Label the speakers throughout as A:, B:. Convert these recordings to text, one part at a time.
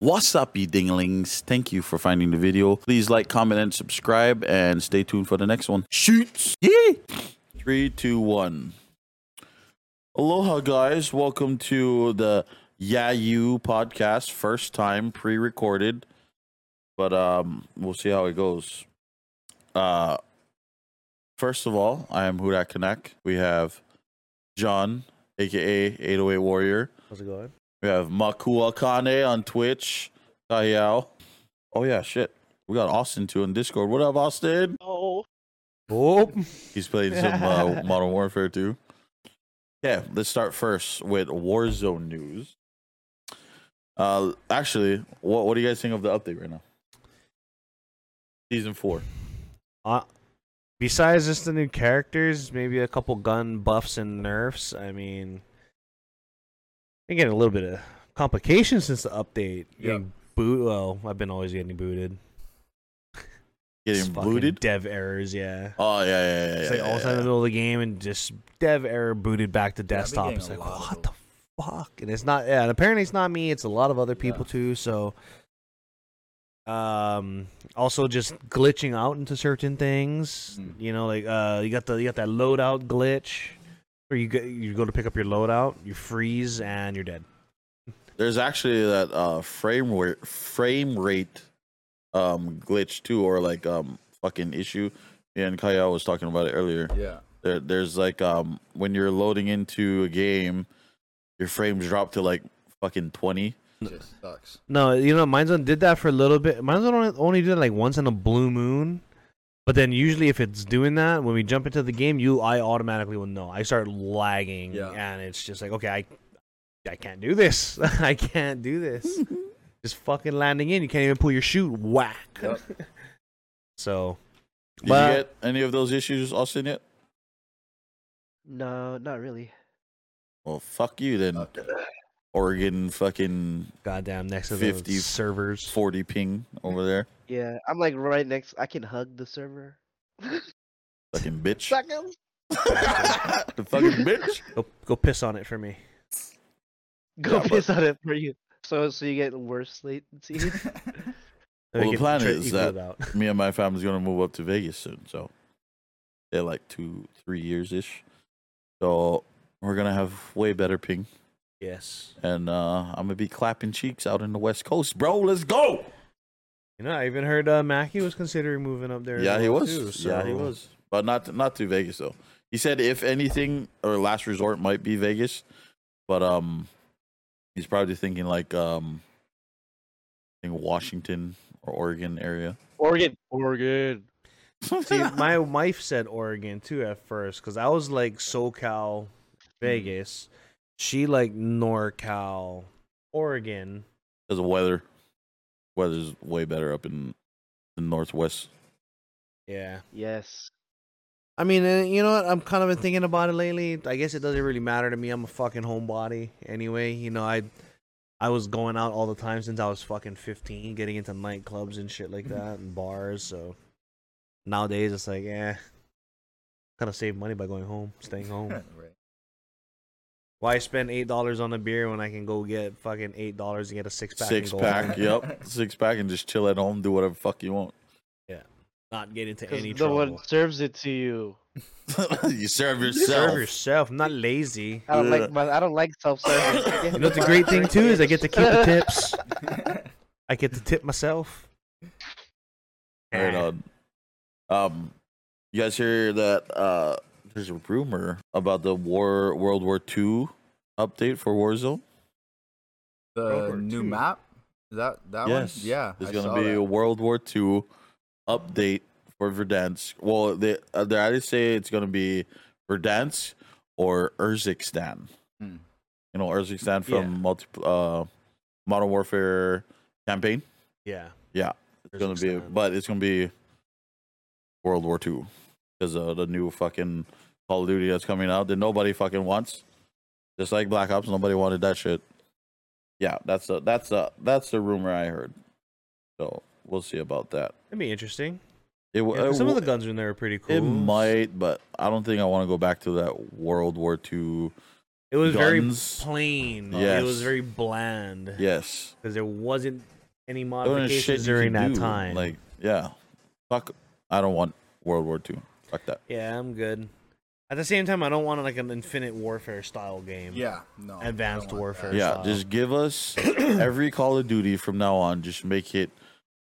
A: What's up, you dinglings? Thank you for finding the video. Please like, comment, and subscribe, and stay tuned for the next one. Shoots! Yee! Three, two, one. Aloha, guys. Welcome to the Yeah You podcast. First time pre recorded, but um, we'll see how it goes. Uh, first of all, I am Hudak Kanak. We have John, aka 808 Warrior.
B: How's it going?
A: We have Makua Kane on Twitch. Kayao. Oh yeah, shit. We got Austin too on Discord. What up, Austin?
C: Oh,
B: Oh,
A: He's playing some uh, Modern Warfare too. Yeah, let's start first with Warzone news. Uh, actually, what what do you guys think of the update right now? Season four.
B: uh, besides just the new characters, maybe a couple gun buffs and nerfs. I mean, been getting a little bit of complications since the update. Getting boot. Well, I've been always getting booted.
A: Getting
B: Just fucking
A: booted.
B: Dev errors. Yeah.
A: oh yeah, yeah, yeah. yeah,
B: It's like
A: yeah,
B: all of a sudden in the
A: yeah.
B: middle of the game and just dev error booted back to desktop.
D: getting
B: It's
D: a
B: like
D: lot of
B: what the fuck? And it's not. Yeah. And apparently it's not me. It's a lot of other people too. So. Um. Also, just glitching out into certain things.
D: Mm.
B: You know, like uh, you got the you got that loadout glitch, where you go, you go to pick up your loadout, you freeze, and you're dead.
A: There's actually that uh frame rate frame rate um glitch too, or like um fucking issue. Yeah, and Kayao was talking about it earlier.
D: Yeah.
A: There, there's like um when you're loading into a game, your frames drop to like fucking twenty.
D: Just sucks.
B: No, you know, mine's only did that for a little bit. Mine's only only did it like once in a blue moon. But then usually if it's doing that, when we jump into the game, you I automatically will know. I start lagging
D: Yeah.
B: and it's just like, okay, I I can't do this. I can't do this. just fucking landing in, you can't even pull your shoot. Whack.
D: Yep.
B: So
A: Did
B: But-
A: you get any of those issues, Austin? Yet?
C: no, not really.
A: Well, fuck you then. Oregon fucking
B: goddamn next to the
A: 50
B: servers.
A: forty ping over there,
C: Yeah, I'm like right next. I can hug the server.
A: fucking bitch.
C: Suck 'em.
A: the fucking bitch.
B: Go go piss on it for me.
C: Go
A: Yeah, but-
C: piss on it for you. So so you get worse latency.
B: Then
A: Well,
B: we
A: the
B: can
A: plan
B: try-
A: is
B: equal
A: that-
B: it out.
A: Me and my family's gonna move up to Vegas soon, so they're like two, three years ish. So we're gonna have way better ping,
B: Yes.
A: and uh, I'm gonna be clapping cheeks out in the West Coast, bro. Let's go.
B: You know, I even heard uh, Mackie was considering moving up there. as
A: Yeah, he
B: well,
A: was.
B: too,
A: Yeah, he
B: so-
A: was. But not not to Vegas though. He said if anything or last resort might be Vegas, but um, he's probably thinking like um, in Washington or Oregon area.
C: Oregon, Oregon.
B: See, my wife said Oregon too at first because I was like
A: Hmm.
B: SoCal, Vegas. She like NorCal, Oregon.
A: Because the weather, weather's way better up in the northwest.
B: Yeah.
C: Yes.
B: I mean, uh, you know what? I'm kind of been thinking about it lately. I guess it doesn't really matter to me. I'm a fucking homebody anyway. You know, I I was going out all the time since I was fucking 15, getting into nightclubs and shit like that and bars. So nowadays it's like, eh, kind of save money by going home, staying home. Why spend eight dollars on a beer when I can go get fucking eight dollars and get a six pack?
A: six
B: and go
A: pack,
B: home?
A: yep, six pack, and just chill at home, do whatever fuck you want.
B: Not get into
C: Because
B: any
C: no
B: trouble.
C: one serves it to you.
A: you serve yourself.
B: Serve yourself. I'm not lazy.
C: I don't
A: Yeah.
C: like my. I don't like self-service.
B: You know what the great thing too is I get to keep the tips.
D: Right.
B: I get to tip myself.
A: Right
B: Eh.
A: on. Um, you guys hear that? Uh, there's a rumor about the war, World War II update for Warzone.
B: World War
D: the new
B: II.
D: map? Is that that
A: yes,
D: one? Yeah.
A: there's
D: I
A: gonna
D: saw
A: be
D: that.
A: a World War II update for Verdansk. Well, they uh, they either say it's gonna be Verdansk or Urzikstan.
D: Hmm.
A: You know, Urzikstan from
B: Yeah.
A: multi uh, Modern Warfare campaign.
B: Yeah.
A: Yeah, It's gonna be, but it's gonna be World War Two because uh, the new fucking Call of Duty that's coming out that nobody fucking wants. Just like Black Ops, nobody wanted that shit. Yeah, that's the that's the that's the rumor I heard. So we'll see about that.
B: It'd be interesting.
A: It, w
B: Yeah, 'cause
A: it,
B: some of the
A: w-
B: guns in there are pretty cool.
A: it might, but I don't think I want to go back to that World War Two.
B: It It was
A: Guns.
B: very plain. It was
A: Yes.
B: very bland because
A: Yes.
B: there wasn't any
A: There wasn't shit
B: modifications
A: you
B: during
A: could
B: that
A: do.
B: time.
A: Like, yeah. Fuck. I don't want World War II. Fuck that.
B: yeah, I'm good. At the same time, I don't want like an Infinite Warfare style game.
D: Yeah, no. I
B: Advanced
D: don't want that.
B: Warfare.
A: Yeah,
B: style.
A: just give us every Call of Duty from now on. Just make it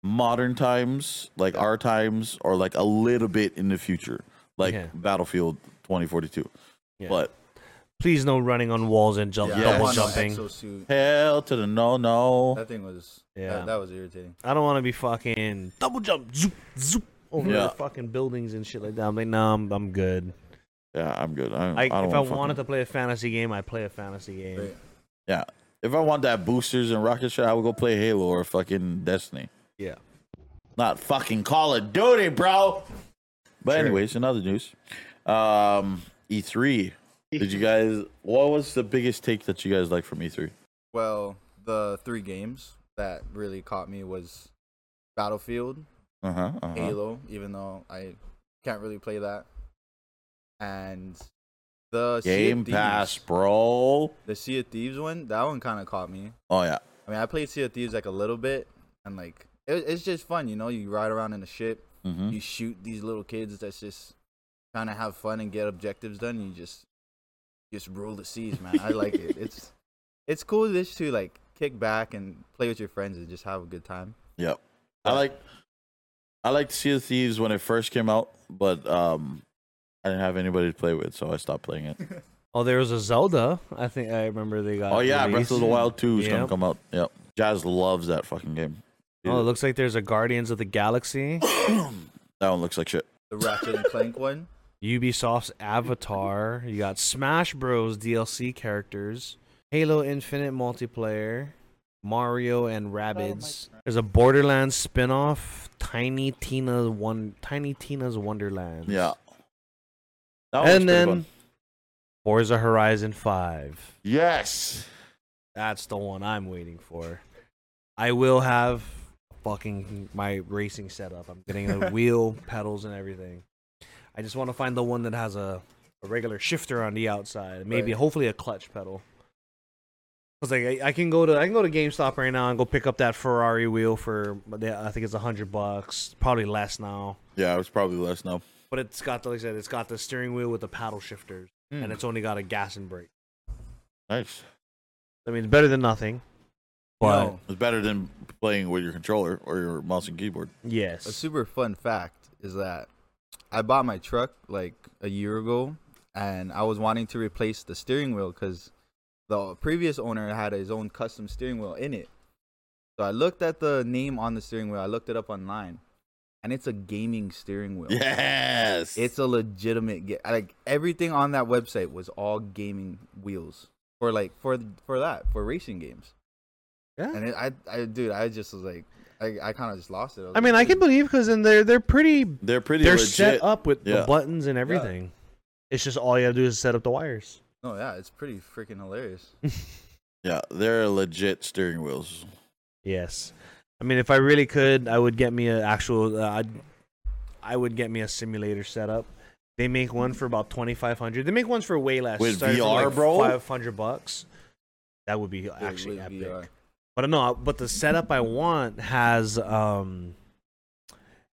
A: modern times, like our times, or like a little bit in the future, like
B: Yeah.
A: Battlefield 2042.
B: Yeah.
A: But
B: Please, no running on walls and jump,
A: Yeah,
D: I
B: double
D: want no
B: jumping.
D: exosuit.
A: hell to the no, no.
B: Uh,
D: That thing was. Yeah.
B: Yeah.
D: That, that was irritating.
B: I don't want to be fucking double jump, zoop, zoop over
A: Yeah.
B: the fucking buildings and shit like that. I'm like, nah, I'm, I'm good.
A: Yeah, I'm good. I,
B: I,
A: I don't
B: if I
A: wanna
B: wanted
A: fucking-
B: to play a fantasy game, I play a fantasy game.
D: Right.
A: if I want that boosters and rocket shot, I would go play Halo or fucking Destiny.
B: Yeah.
A: Not fucking Call of Duty, bro. But
B: Sure.
A: anyways, another news. Um, E3. Did you guys? What was the biggest take that you guys like from E E3?
D: Well, the three games that really caught me was Battlefield,
A: Uh huh. Uh-huh.
D: Halo, even though I can't really play that, and the sea
A: Game
D: of
A: Pass,
D: Thieves.
A: bro.
D: The Sea of Thieves one, that one kind of caught me.
A: Oh yeah.
D: I mean, I played Sea of Thieves like a little bit, and like it, it's just fun, you know. You ride around in a ship,
A: hmm
D: you shoot these little kids that's just trying to have fun and get objectives done. and You just just rule the seas, man. I like it. It's it's cool just to like kick back and play with your friends and just have a good time.
A: Yep. I like. I liked Sea of Thieves when it first came out, but um, I didn't have anybody to play with, so I stopped playing it.
B: Oh, there was a Zelda. I think I remember they got.
A: Oh yeah, Breath
B: released.
A: of the Wild Two is gonna
B: Yep.
A: come out. Yep. Jazz loves that fucking game.
B: Oh, it looks like there's a Guardians of the Galaxy,
A: that one looks like shit.
D: The Ratchet and Clank one.
B: Ubisoft's Avatar. You got Smash Bros DLC characters, Halo Infinite multiplayer, Mario and Rabbids. there's a Borderlands spin-off, Tiny Tina's one, Tiny Tina's Wonderland.
A: Yeah. That one looks pretty
B: and then
A: fun.
B: Forza Horizon Five.
A: yes,
B: That's the one I'm waiting for. I will have fucking my racing setup. I'm getting the wheel, pedals, and everything. I just want to find the one that has a, a regular shifter on the outside. Maybe
D: Right.
B: hopefully a clutch pedal. Cause like I, I can go to I can go to GameStop right now and go pick up that Ferrari wheel for I think it's a hundred bucks, probably less now.
A: yeah, it was probably less now.
B: But it's got the, like I said, it's got the steering wheel with the paddle shifters,
D: Hmm.
B: and it's only got a gas and brake.
A: Nice.
B: I mean, it's better than nothing. But
D: No.
A: It's better than playing with your controller or your mouse and keyboard.
B: yes,
D: A super fun fact is that I bought my truck like a year ago, and I was wanting to replace the steering wheel because the previous owner had his own custom steering wheel in it. So I looked at the name on the steering wheel. I looked it up online, and it's a gaming steering wheel.
A: Yes,
D: It's a legitimate ga- like everything on that website was all gaming wheels for like for for that for racing games.
B: Yeah.
D: And it, I I dude I just was like I, I kind of just lost it. was
B: I mean,
D: like,
B: I can
D: dude,
B: believe because then they're they're pretty.
A: they're pretty.
B: they're
A: legit.
B: set up with
A: Yeah.
B: the buttons and everything. It's just all you have to do is set up the wires.
D: No, yeah, it's pretty freaking hilarious.
A: Yeah, they're legit steering wheels.
B: Yes, I mean, if I really could, I would get me an actual. Uh, I'd, I would get me a simulator setup. They make one for about twenty five hundred. They make ones for way less.
A: With VR, bro?
B: five hundred bucks. That would be actually
D: with
B: epic.
D: VR.
B: But no, but the setup I want has um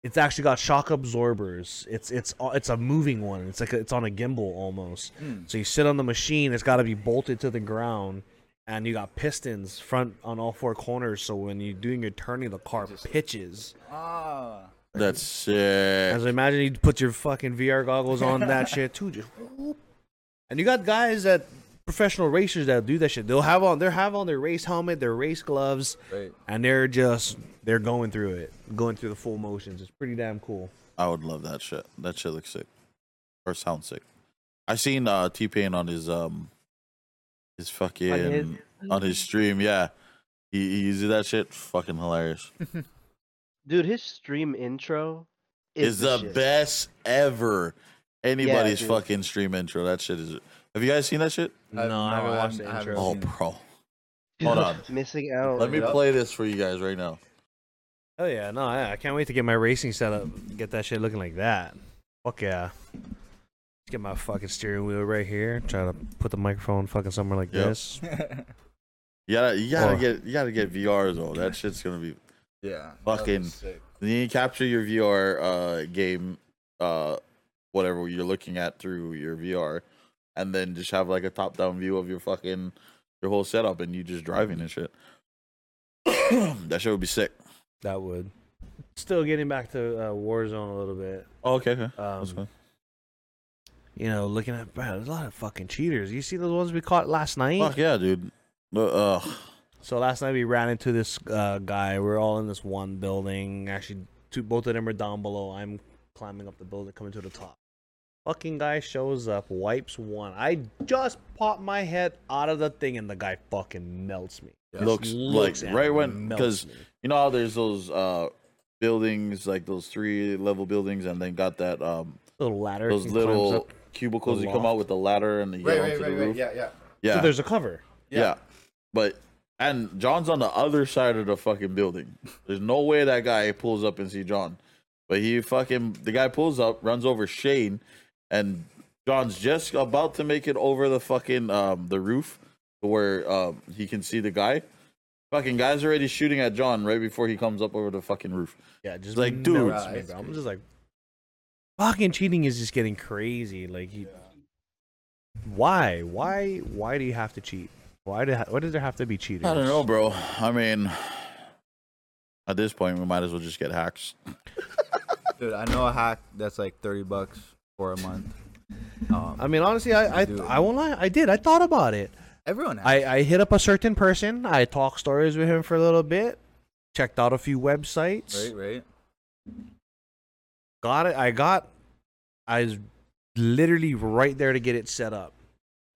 B: it's actually got shock absorbers. It's it's uh, it's a moving one. It's like a, it's on a gimbal almost.
D: Hmm.
B: So you sit on the machine, it's got to be bolted to the ground and you got pistons front on all four corners so when you're doing your turning the car
D: Just-
B: pitches.
D: Ah,
A: That's sick.
B: As I imagine you put your fucking VR goggles on that shit too just whoop. And you got guys that professional racers that do that shit. They'll have on they have on their race helmet, their race gloves
D: right.
B: and they're just they're going through it, going through the full motions. It's pretty damn cool.
A: I would love that shit. That shit looks sick. Or sounds sick. I seen uh T Pain on his um his fucking on his stream, yeah. He, he uses that shit. Fucking hilarious.
C: Dude, his stream intro
A: Is
C: is
A: the
C: shit.
A: best ever. Anybody's
C: dude.
A: fucking stream intro. That shit is have you guys seen that shit?
D: I've-
B: no, I
D: no,
B: haven't
D: I
B: watched
D: haven't-
B: the
D: I haven't
B: intro.
A: Oh
D: seen it.
A: bro.
C: Dude,
A: Hold on.
C: Missing out.
A: Let me
D: yeah.
A: play this for you guys right now.
B: Oh yeah, no, yeah, I can't wait to get my racing set up, get that shit looking like that. Fuck yeah. Get my fucking steering wheel right here. Try to put the microphone fucking somewhere like
A: Yep.
B: this.
A: You gotta, you gotta
B: Oh.
A: get, you gotta get VR though. That shit's gonna be.
D: yeah.
A: Fucking- You need to capture your VR uh, game, uh, whatever you're looking at through your VR, and then just have like a top-down view of your fucking your whole setup, and you just driving and shit. that shit would be sick.
B: That would. Still getting back to uh, Warzone a little bit.
A: Oh, okay, okay. That's
B: Um,
A: fine.
B: you know, looking at bro, there's a lot of fucking cheaters. You see those ones we caught last night?
A: Fuck yeah, dude. Uh, ugh.
B: So last night we ran into this uh, guy. We're all in this one building. Actually, two both of them are down below. I'm climbing up the building, coming to the top. Fucking guy shows up, wipes one. I just pop my head out of the thing, and the guy fucking melts me.
D: Yeah.
B: Just
A: Looks like-
B: at
A: right
B: me,
A: when-
B: melts
A: 'cause
B: me.
A: you know how there's those uh buildings like those three level buildings, and then got that um
B: little ladder.
A: those
B: he climbs
A: little
B: up.
A: cubicles
B: the
A: you come
B: loft.
A: out with the ladder and the you
D: Right,
A: know,
D: right,
A: to
D: right,
A: the
D: right.
A: roof.
D: Yeah, yeah.
A: Yeah.
B: So there's a cover.
A: Yeah. But and John's on the other side of the fucking building. There's no way that guy pulls up and see John. But he fucking the guy pulls up, runs over Shane, and John's just about to make it over the fucking um the roof to where um he can see the guy. Fucking guy's already shooting at John right before he comes up over the fucking roof.
B: Yeah, just
A: Like,
B: melts
A: dude.
B: me,
D: Right,
B: bro.
D: it's
B: I'm just like, fucking cheating is just getting crazy. Like, you, why, why, why do you have to cheat? Why do, why does there have to be cheating?
A: I don't know, bro. I mean at this point we might as well just get hacks.
D: Dude, I know a hack that's like 30 bucks for a month. Um,
B: I mean, honestly, I, I,
D: Dude.
B: I won't lie. I did. I thought about it.
D: everyone has.
B: I, I hit up a certain person. I talked stories with him for a little bit. Checked out a few websites.
D: right, right.
B: Got it. I got. I was literally right there to get it set up,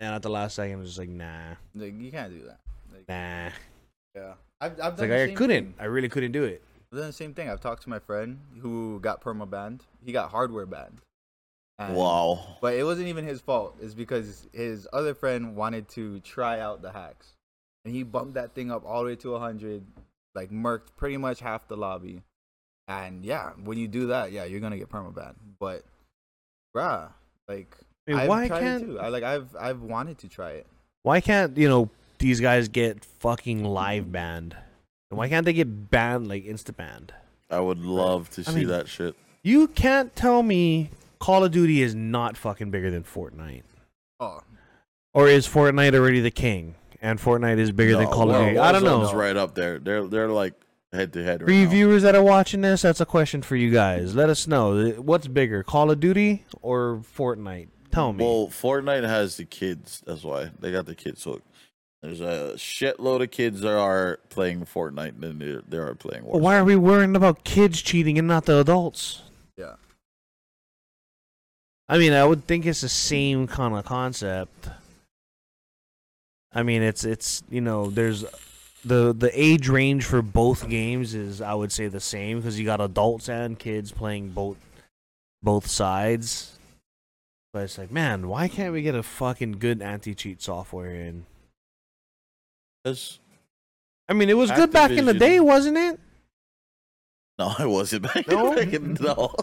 B: and at the last second, I was just like, nah,
D: Like, you can't do that. Like,
B: nah.
D: yeah. I've, I've
B: It's
D: done
B: like
D: the
B: I
D: same
B: couldn't.
D: thing.
B: I really couldn't do it.
D: But then the same thing. I've talked to my friend who got perma banned. He got hardware banned. And-
A: Wow.
D: But it wasn't even his fault. It's because his other friend wanted to try out the hacks, and he bumped that thing up all the way to 100, like murked pretty much half the lobby. And yeah, when you do that, yeah, you're gonna get perma banned. But bruh, like
B: I mean,
D: I've
B: why
D: tried it
B: can't
D: too. I like I've I've wanted to try it.
B: why can't you know these guys get fucking live banned? And why can't they get banned like insta banned?
A: I would love to see
B: I mean-
A: that shit.
B: You can't tell me Call of Duty is not fucking bigger than Fortnite,
D: Oh,
B: or is Fortnite already the king and Fortnite is bigger than
A: No,
B: Call of
A: War-
B: Duty? I don't
A: Warzone's
B: know.
A: Right up there, they're they're like head to head.
B: For you viewers that are watching this, that's a question for you guys. Let us know Uh, what's bigger, Call of Duty or Fortnite. Tell me.
A: Well, Fortnite has the kids. That's why they got the kids hooked. There's a shitload of kids that are playing Fortnite than there there are playing Warzone.
B: But why are we worrying about kids cheating and not the adults?
D: yeah.
B: I mean, I would think it's the same kind of concept. I mean, it's it's you know, there's the the age range for both games is I would say the same because you got adults and kids playing both both sides. But it's like, man, why can't we get a fucking good anti cheat software in?
A: That's-
B: I mean, it was good back in the day,
A: Activision.
B: wasn't it?
A: No, it wasn't back.
B: No?
A: back in- no.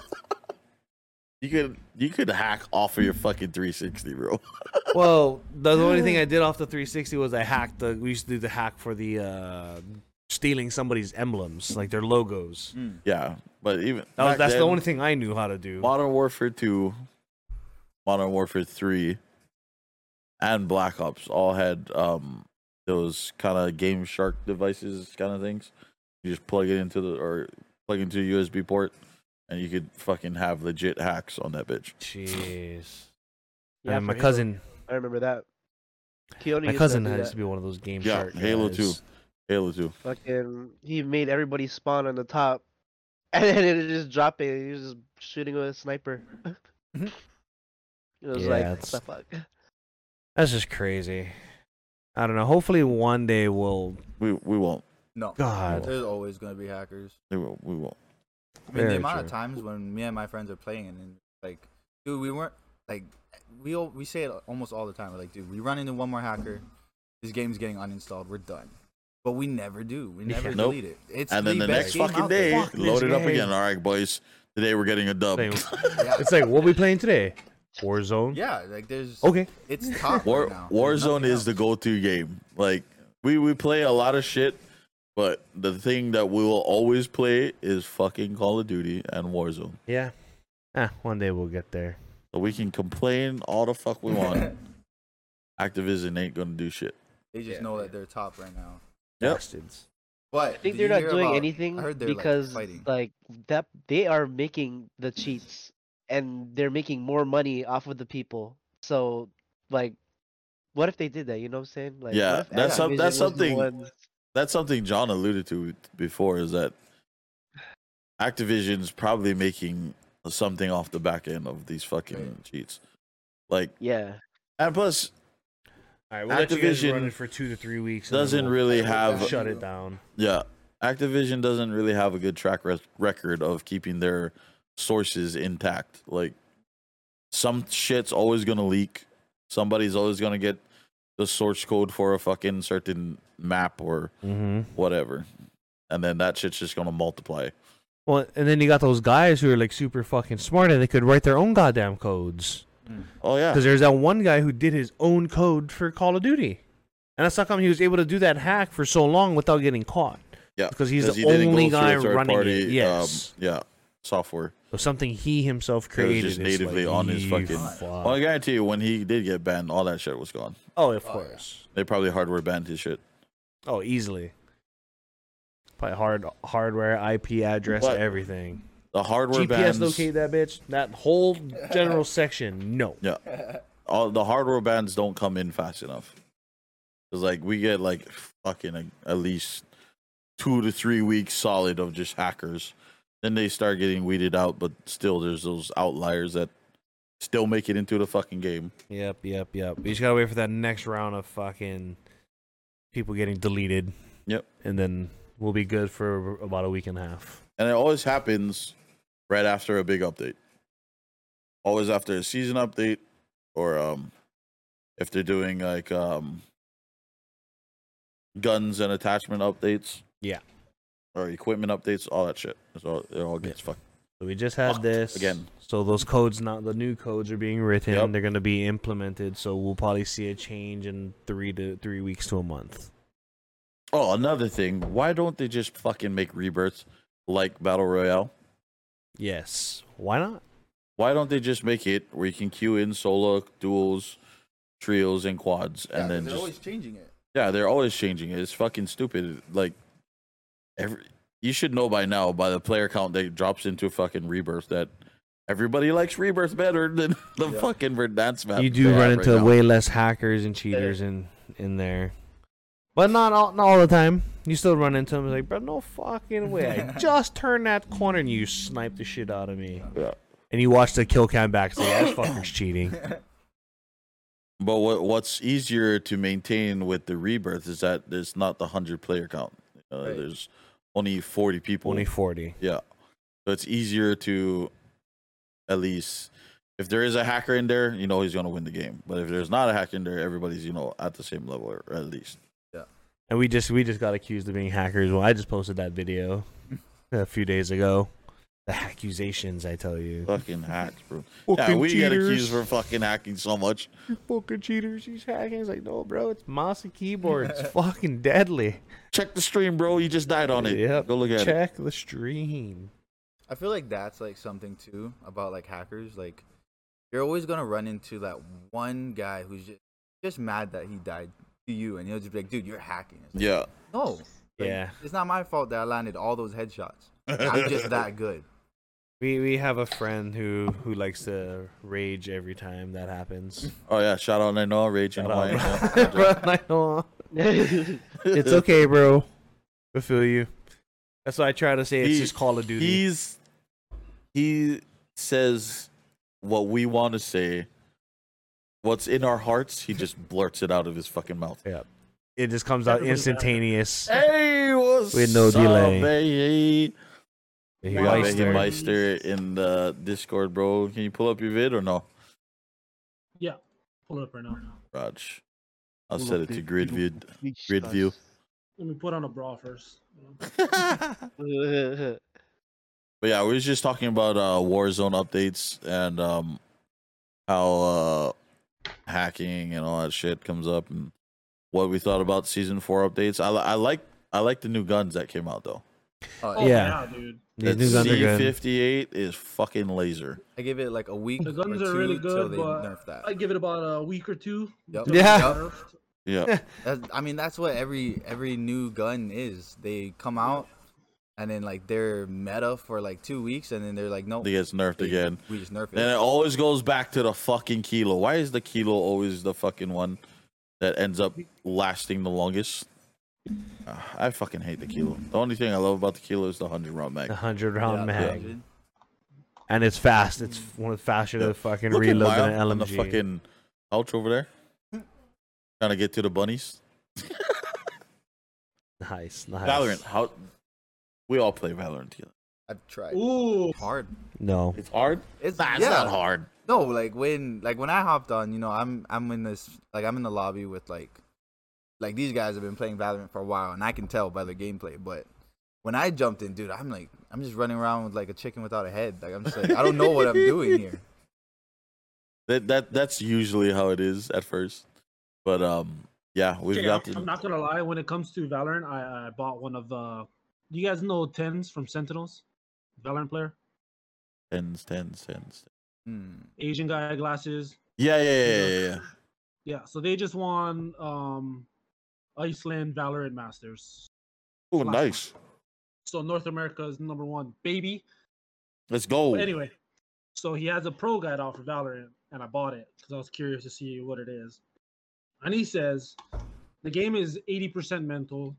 A: you could you could hack off of your fucking 360, bro.
B: well, the, the only thing I did off the 360 was I hacked the. We used to do the hack for the uh, stealing somebody's emblems, like their logos.
D: Mm.
A: Yeah, but even
B: That was,
A: back
B: that's the
A: then,
B: only thing I knew how to do.
A: Modern Warfare 2, Modern Warfare 3, and Black Ops all had um those kind of Game Shark devices kind of things. You just plug it into the or plug into a USB port, and you could fucking have legit hacks on that bitch.
B: Jeez.
C: Yeah,
B: and my
C: for Halo.
B: cousin,
C: I remember that. Keone
B: my
C: used
B: cousin
C: to do
B: has to
C: that.
B: be one of those game
A: Yeah,
B: shark.
A: Halo
B: guys.
A: 2. Halo 2.
C: Fucking, he made everybody spawn on the top, and then it just dropped it. He was just shooting with a sniper.
A: Mm-hmm.
C: it was
B: Yeah,
C: like
B: it's-
C: what the fuck.
B: That's just crazy. I don't know. Hopefully, one day we'll.
A: We we won't.
D: No,
B: God.
D: there's always gonna be hackers.
A: We won't. We won't.
D: I mean,
B: Very
D: the amount
B: true.
D: of times when me and my friends are playing and like, dude, we weren't like, we all, we say it almost all the time. We're like, dude, we run into one more hacker, this game's getting uninstalled, we're done. But we never do. We never
B: Yeah.
A: Nope.
D: delete it. It's
A: And then the next
D: best game
A: fucking
D: out there.
A: day,
B: Fuck this
A: load it up
B: game.
A: again. All right, boys. Today we're getting a dub.
B: Same.
D: Yeah.
B: It's like, what we playing today? Warzone.
D: Yeah, like there's
B: Okay.
D: it's top
A: War
D: right now. There's
A: Warzone
D: nothing
A: is the
D: else.
A: go-to game. Like we we play a lot of shit, but the thing that we will always play is fucking Call of Duty and Warzone.
B: Yeah. Ah, one day we'll get there.
A: So we can complain all the fuck we want. Activision ain't gonna do shit.
D: they just
B: Yeah,
D: know
B: yeah.
D: that they're top right now.
A: Yep.
B: Bastards.
D: But
C: I think
D: did
C: they're
D: you hear
C: not doing
D: about-
C: anything
D: I heard they're, like,
C: because like,
D: fighting.
C: that they are making the cheats and they're making more money off of the people. So like what if they did that, you know what I'm saying? Like
A: Yeah,
C: what if
A: that's some-
C: Activision
A: that's
C: was the
A: something-
C: one-
A: That's something John alluded to before. Is that Activision's probably making something off the back end of these fucking cheats, like
C: Yeah.
A: and plus
B: All right, we'll let you guys
A: Activision
B: run it for two to three weeks. and then
A: doesn't
B: we'll
A: really
D: Like
A: have
B: shut it down.
A: Yeah, Activision doesn't really have a good track rec- record of keeping their sources intact. Like some shit's always gonna leak. Somebody's always gonna get the source code for a fucking certain map or
B: Mm-hmm.
A: whatever, and then that shit's just gonna multiply.
B: Well, and then you got those guys who are like super fucking smart and they could write their own goddamn codes.
A: Oh yeah,
B: Because there's that one guy who did his own code for Call of Duty, and that's how come he was able to do that hack for so long without getting caught.
A: yeah,
B: because he's the
A: he didn't go
B: only
A: through a
B: guy running
A: third-party,
B: it, yes.
A: yeah, software.
B: So something he himself
A: It was
B: created
A: just
B: is like,
A: natively on his
B: "Ye
A: fucking.
B: fuck."
A: Well, I guarantee you, when he did get banned, all that shit was gone.
B: Oh, of
D: Oh, yeah.
B: course.
A: They probably hardware banned his shit.
B: Oh, easily. Probably hard hardware, IP address,
A: But-
B: everything.
A: The hardware bans.
B: GPS locate that bitch. That whole general section. No.
A: Yeah. all the hardware bands don't come in fast enough. Cause like we get like fucking like, at least two to three weeks solid of just hackers. Then they start getting weeded out, but still there's those outliers that still make it into the fucking game.
B: Yep, yep, yep. You just gotta wait for that next round of fucking people getting deleted.
A: Yep.
B: And then we'll be good for about a week and a half.
A: And it always happens right after a big update. Always after a season update or um if they're doing like um guns and attachment updates.
B: Yeah.
A: Or equipment updates, all that shit. It's all, it all gets fucked.
B: So we just had
A: Fucked
B: this
A: again.
B: So those codes, now the new codes, are being written.
A: Yep.
B: They're going to be implemented. So we'll probably see a change in three to three weeks to a month.
A: Oh, another thing. Why don't they just fucking make rebirths like Battle Royale?
B: Yes. Why not?
A: Why don't they just make it where you can queue in solo, duels, trios, and quads,
D: Yeah,
A: and then
D: they're
A: just
D: always changing it.
A: yeah, they're always changing it. It's fucking stupid. Like every you should know by now by the player count that drops into fucking rebirth that everybody likes rebirth better than the
D: Yeah.
A: fucking Verdansk map.
B: you do
A: they
B: run
A: have right
B: into
A: now.
B: way less hackers and cheaters in in there, but not all not all the time. You still run into them. It's like, bro, no fucking way! I just turned that corner and you sniped the shit out of me.
A: Yeah.
B: And you watch the kill cam back. So that fucker's cheating.
A: But what what's easier to maintain with the rebirth is that there's not the hundred player count. Uh,
D: Right.
A: There's only forty people.
B: Only forty.
A: Yeah. So it's easier to at least if there is a hacker in there, you know he's gonna win the game. But if there's not a hacker in there, everybody's, you know, at the same level or at least.
B: And we just we just got accused of being hackers. Well, I just posted that video a few days ago. The accusations, I tell you.
A: Fucking hacks, bro. yeah, we get accused for fucking hacking so much.
B: fucking cheaters. He's hacking. It's like, no, bro, it's mouse and keyboard. It's fucking deadly.
A: Check the stream, bro. You just died on it.
B: Yep.
A: Go look at it.
B: Check the stream.
D: I feel like that's like something too about like hackers. Like you're always gonna run into that one guy who's just just mad that he died to you, and he'll just be like, "Dude, you're hacking." It's like,
A: Yeah.
D: no, like,
B: Yeah.
D: it's not my fault that I landed all those headshots. I'm just that good.
B: We we have a friend who who likes to rage every time that happens.
A: Oh yeah, shout out Nino, Rage and
B: Shout out,
A: Hawaiian.
B: bro.
A: yeah.
B: Bro, I know.
C: yeah,
B: It's okay, bro. I feel you. That's why I try to say it's
A: He-
B: just Call of Duty.
A: He's he says what we want to say, what's in our hearts. He just blurts it out of his fucking mouth.
B: Yeah. It just comes out instantaneous.
A: Hey, what's
B: With no
A: up,
B: delay.
A: baby? We got
C: Meister.
A: Megan Meister in the Discord, bro. Can you pull up your vid or no,
E: Yeah, pull it up right now.
A: Raj? I'll set it to grid vid. Grid view.
E: Let me put on a bra first.
A: but
C: yeah,
A: yeah, we was just talking about uh, Warzone updates and um, how uh, hacking and all that shit comes up and what we thought about season four updates. I, li- I like I like the new guns that came out though.
D: Uh,
B: Yeah.
E: Oh, yeah, dude.
B: These
A: That
B: new guns are good.
A: C58 is fucking laser.
D: I give it like a week
E: The guns
D: or
E: are
D: two
E: really
D: till
E: good,
D: they
E: but
D: nerf that.
E: I give it about a week or two.
D: Yup.
E: till it's
B: Yeah.
E: nerfed.
A: Yeah,
D: That's, I mean, that's what every every new gun is. They come out, and then like they're meta for like two weeks, and then they're like, no,
A: it gets nerfed
D: we-
A: again.
D: We just nerf
A: And it
D: it.
A: always goes back to the fucking kilo. Why is the kilo always the fucking one that ends up lasting the longest? Ah, I fucking hate the kilo. The only thing I love about the kilo is the hundred round mag.
B: A hundred round mag,
D: dude.
B: and it's fast. It's f- one of the faster
A: Yeah.
B: than fucking
A: Look at
B: reload than
A: Lyle
B: an
A: on the
B: LMG.
A: fucking couch over there, trying to get to the bunnies.
B: nice, nice.
A: Valorant. How we all play Valorant together.
D: I've tried.
E: Ooh.
D: Hard.
B: No,
A: It's hard.
D: It's,
A: Nah, it's
D: yeah.
A: not hard.
D: No, like when like when I hopped on, you know, I'm I'm in this like I'm in the lobby with like like these guys have been playing Valorant for a while, and I can tell by their gameplay. But when I jumped in, dude, I'm like I'm just running around with like a chicken without a head. Like I'm just like I don't know what I'm doing here.
A: That that that's usually how it is at first. But um, yeah, we've
E: Okay, I'm,
A: got the
E: I'm not gonna lie. When it comes to Valorant, I, I bought one of the. You guys know Tens from Sentinels, Valorant player,
A: tens, tens, tens.
D: Hmm.
E: Asian guy, glasses.
A: Yeah, yeah, yeah, yeah, yeah.
E: Yeah, so they just won um, Iceland Valorant Masters.
A: Oh,
E: Wow.
A: nice.
E: So North America is number one, baby.
A: Let's go.
E: But anyway, so he has a pro guide out for Valorant, and I bought it because I was curious to see what it is. And he says the game is 80% mental,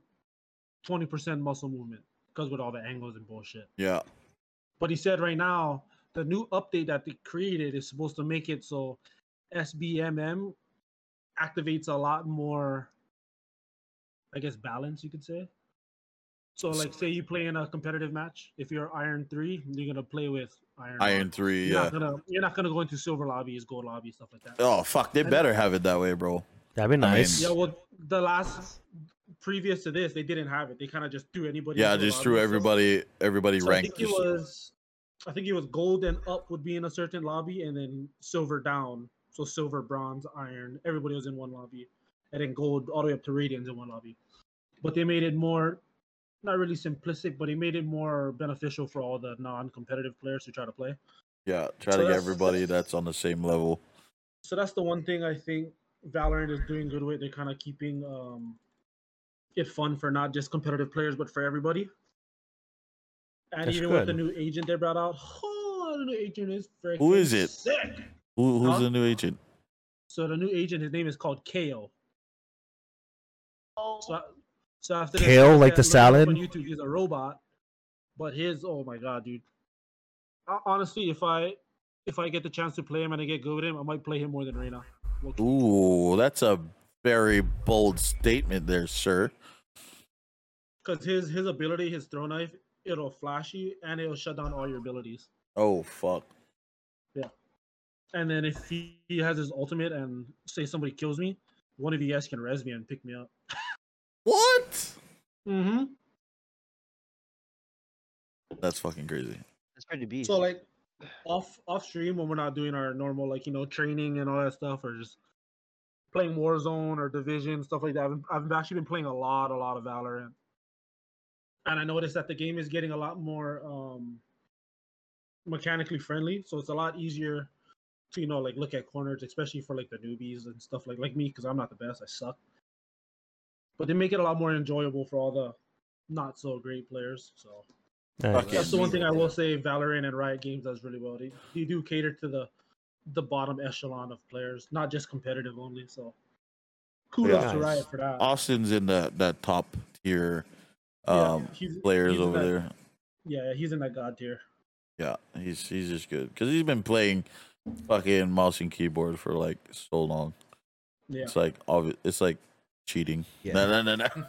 E: 20% muscle movement, because with all the angles and bullshit.
A: Yeah.
E: But he said right now, the new update that they created is supposed to make it so SBMM activates a lot more, I guess, balance, you could say. So, like, say you play in a competitive match. If you're Iron 3, you're going to play with Iron one.
A: Iron three.
E: You're
A: Yeah.
E: not gonna you're not gonna go into silver lobbies, gold lobbies, stuff like that.
A: Oh fuck! They
E: And-
A: better have it that way, bro.
B: that'd be nice.
E: Yeah, well, the last previous to this, they didn't have it. They kind of just threw anybody.
A: Yeah,
E: into a
A: just threw
E: lobby, so-
A: everybody. Everybody
E: so I
A: ranked.
E: think it
A: just-
E: was, I think it was gold and up would be in a certain lobby, and then silver down. So silver, bronze, iron, everybody was in one lobby, and then gold all the way up to radians in one lobby. But they made it more, not really simplistic, but it made it more beneficial for all the non-competitive players who try to play.
A: yeah, try
E: so
A: to get
E: that's-
A: everybody that's on the same level.
E: so that's the one thing I think Valorant is doing good with. They're kind of keeping um, it fun for not just competitive players, but for everybody. And
B: That's
E: even with the
B: good.
E: new agent they brought out, oh, the new agent is freaking
A: Who is it?
E: Sick.
A: Who, who's
E: Huh?
A: the new agent?
E: So the new agent, his name is called KO. So, so after this,
B: Kale,
E: I
B: like the
E: said,
B: salad?
E: look him up on YouTube, he's a robot. But his, oh my god, dude. Ho- Honestly, if I if I get the chance to play him and I get good with him, I might play him more than Reyna. Low-key.
A: Ooh, that's a very bold statement there, sir.
E: Because his his ability, his throw knife, it'll flash you and it'll shut down all your abilities.
A: Oh fuck.
E: And then if he, he has his ultimate and say somebody kills me, one of you guys can res me and pick me up.
A: What?
E: Mm-hmm.
A: That's fucking crazy.
C: That's pretty beast.
E: So like off off stream when we're not doing our normal like you know training and all that stuff or just playing Warzone or Division stuff like that. I've, been- I've actually been playing a lot a lot of Valorant, and I noticed that the game is getting a lot more um mechanically friendly. So it's a lot easier to you know like look at corners, especially for like the newbies and stuff like like me because I'm not the best. I suck. But they make it a lot more enjoyable for all the not so great players. So
B: Nice.
A: Fuck yeah.
E: that's the one thing I
D: Amazing.
E: will say. Valorant and Riot Games does really well. They, they do cater to the the bottom echelon of players, not just competitive only. So kudos
A: Yeah.
E: to
B: Nice.
E: Riot for that.
A: Austin's in that that top tier
E: Yeah,
A: um
E: he's-
A: players
E: he's in
A: over
E: that-
A: there.
E: Yeah, he's in that god tier.
A: Yeah, he's he's just good because he's been playing fucking mouse and keyboard for like so long.
E: Yeah,
A: It's like obvious. It's like cheating. No, no, no, no.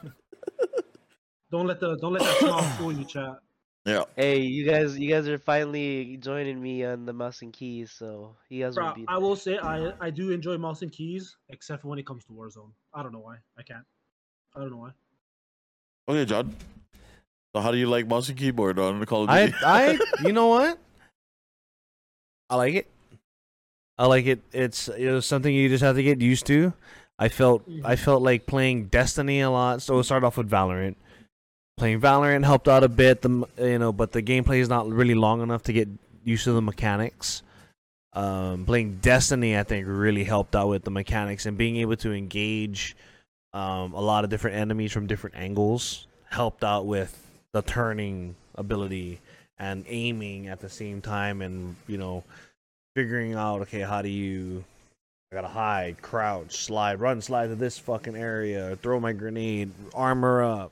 E: don't let the don't let that small fool you, chat.
A: Yeah.
C: hey, you guys, you guys are finally joining me on the mouse and keys, so you guys
E: Bro,
C: will be.
E: I will say I I do enjoy mouse and keys, except for when it comes to Warzone. I don't know why. I can't. I don't know why.
A: Okay, John. So how do you like mouse and keyboard on the Call of
B: I,
A: Duty?
B: I, you know what? I like it. I like it. It's it was something you just have to get used to. I felt I felt like playing Destiny a lot, so it started off with Valorant. Playing Valorant helped out a bit, the m- you know, but the gameplay is not really long enough to get used to the mechanics. Um, playing Destiny, I think, really helped out with the mechanics and being able to engage um, a lot of different enemies from different angles helped out with the turning ability and aiming at the same time, and you know, figuring out okay how do you i gotta hide crouch slide run slide to this fucking area throw my grenade armor up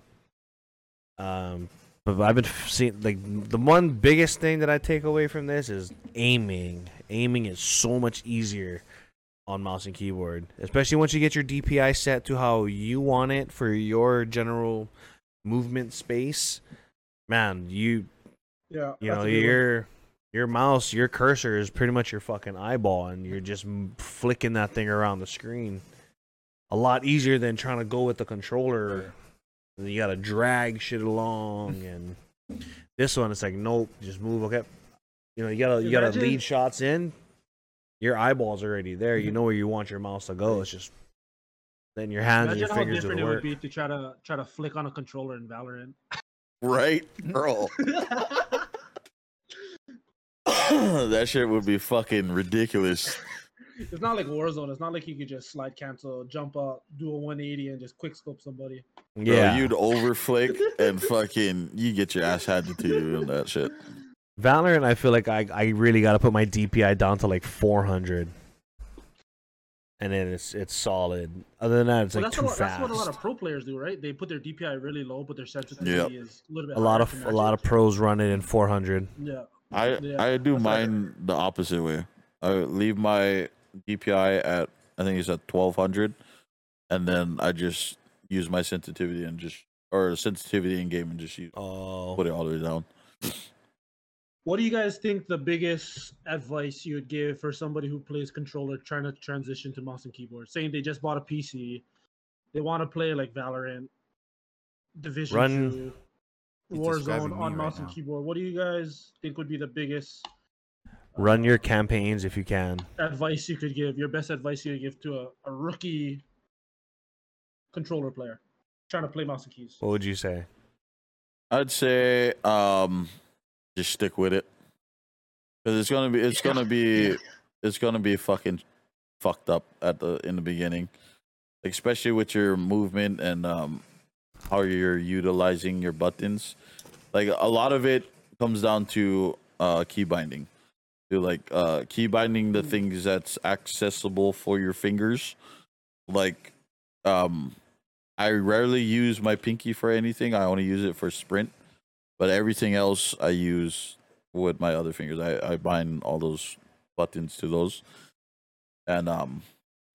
B: um but i've been f- seeing like the one biggest thing that i take away from this is aiming aiming is so much easier on mouse and keyboard especially once you get your dpi set to how you want it for your general movement space man you
E: Yeah.
B: you
E: that's
B: know
E: a good one.
B: your your mouse your cursor is pretty much your fucking eyeball and you're just m- flicking that thing around the screen a lot easier than trying to go with the controller you gotta drag shit along and this one it's like nope just move okay you know you gotta you gotta
E: Imagine- Mm-hmm.
B: lead shots in your eyeballs already there you know where you want your mouse to go it's just then your hands and your
E: Imagine how
B: fingers do
E: different
B: the
E: it would
B: work
E: be to try to try to flick on a controller in Valorant.
A: Right,
E: Mm-hmm.
A: girl. that shit would be fucking ridiculous.
E: it's not like Warzone. It's not like you could just slide cancel, jump up, do a 180, and just quick scope somebody.
A: Bro,
B: yeah
A: you'd overflick and fucking you get your ass handed to you and that shit.
B: Valorant, I feel like I, I really got to put my DPI down to like 400. And then it's it's solid. Other than that, it's
E: Well,
B: like
E: that's, a
B: too
E: lot, that's
B: fast.
E: what a lot of pro players do, right? They put their DPI really low, but their sensitivity
A: Yep.
E: is a little bit.
B: a lot
E: higher
B: of
E: to
B: a
E: match
B: lot
E: it.
B: of pros run it in 400.
E: Yeah.
A: I
E: Yeah,
A: I do
E: that's what I
A: mine the opposite way. I leave my DPI at I think it's at twelve hundred, and then I just use my sensitivity and just or sensitivity in game and just use,
B: Oh,
A: put it all the way down.
E: What do you guys think the biggest advice you would give for somebody who plays controller trying to transition to mouse and keyboard? Saying they just bought a PC, they want to play like Valorant, Division
B: Run-
E: 2,
D: He's describing
E: Warzone
D: me
E: on
D: right
E: mouse and
D: now.
E: keyboard. What do you guys think would be the biggest
B: run your campaigns if you can.
E: advice you could give? Your best advice you could give to a, a rookie controller player trying to play mouse and keys.
B: What would you say?
A: I'd say um, just stick with it, because it's gonna be it's gonna be it's gonna be fucking fucked up at the in the beginning, especially with your movement and um, how you're utilizing your buttons. Like a lot of it comes down to uh, key binding, to like uh, key binding the things that's accessible for your fingers, like um I rarely use my pinky for anything. I only use it for sprint, but everything else I use with my other fingers. I, I bind all those buttons to those, and um,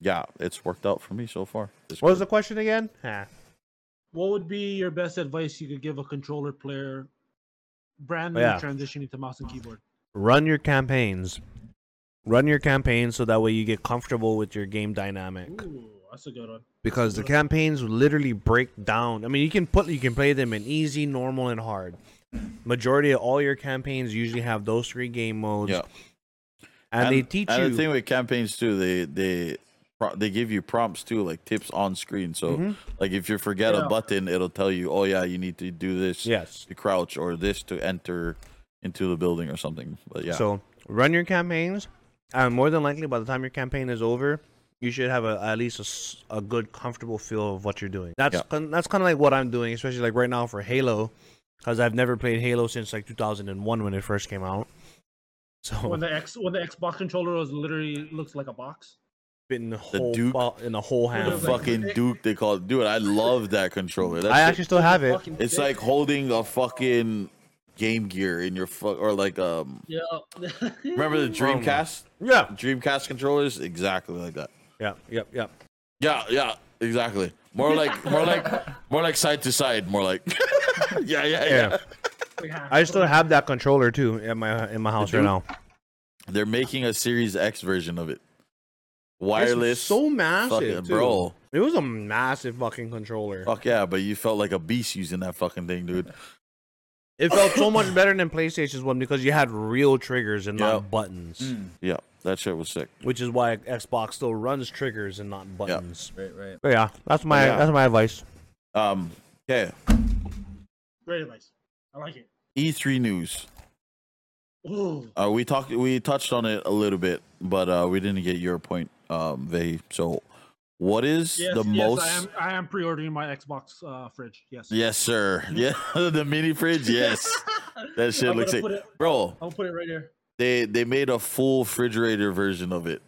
A: yeah, it's worked out for me so far. It's
B: What was
A: good.
B: the question again? Ah.
E: What would be your best advice you could give a controller player brand
B: Oh,
E: new
B: yeah.
E: transitioning to mouse and keyboard?
B: run your campaigns. Run your campaigns so that way you get comfortable with your game dynamic.
E: Ooh, that's a good one.
B: because the campaigns will literally break down. I mean, you can put you can play them in easy, normal, and hard. Majority of all your campaigns usually have those three game modes.
A: Yeah.
B: And, they teach
A: and
B: you.
A: the thing with campaigns too, they they pro- they give you prompts too, like tips on screen. So
B: Mhm.
A: like if you forget
E: Yeah.
A: a button, it'll tell you, oh yeah, you need to do this
B: yes.
A: to crouch or this to enter into the building or something. But yeah,
B: So run your campaigns, and more than likely, by the time your campaign is over, you should have a, at least a s- a, good, comfortable feel of what you're doing. That's
A: Yeah.
B: kin- that's kind of like what I'm doing, especially like right now for Halo, because I've never played Halo since like 2001 when it first came out. So
E: When the X when the Xbox controller was literally looks like a box.
B: in the whole
A: Duke-
B: ball, in the whole hand.
A: The
E: Like-
A: fucking Duke they call it. Dude, I love that controller. That's
B: I actually still have it.
E: Fucking
A: it's
E: thick.
A: like holding a fucking Game Gear in your fuck or like um.
E: yeah.
A: Remember the Dreamcast?
B: Yeah.
A: Dreamcast controllers, exactly like that.
B: Yeah. Yep. Yep.
A: Yeah, yeah, exactly. More like, more like, more like side to side. More like, yeah, yeah, yeah.
B: Yeah.
E: Like half.
B: I still have that controller too in my in my house right now.
A: They're making a Series X version of it,
B: It's
A: wireless.
B: so massive,
A: fucking,
B: too.
A: bro.
B: It was a massive fucking controller.
A: Fuck yeah, but you felt like a beast using that fucking thing, dude.
B: It felt so much better than PlayStation's one because you had real triggers and
A: Yeah.
B: not buttons,
A: Yeah, that shit was sick.
B: which is why Xbox still runs triggers and not buttons.
D: Right, right.
B: But yeah, that's my
A: Yeah.
B: that's my advice.
A: Um, okay,
E: Great advice. I like it.
A: E3 E news.
E: Ooh.
A: Uh, we talked, we touched on it a little bit, but uh, we didn't get your point, um, they. So, what is
E: Yes,
A: the
E: yes,
A: most?
E: I am, I am pre-ordering my Xbox uh, fridge. Yes.
A: Yes, sir. Yeah, the mini fridge. Yes, that shit
E: I'm
A: looks
E: gonna
A: sick,
E: put it-
A: bro.
E: I'll put it right here.
A: They they made a full refrigerator version of it.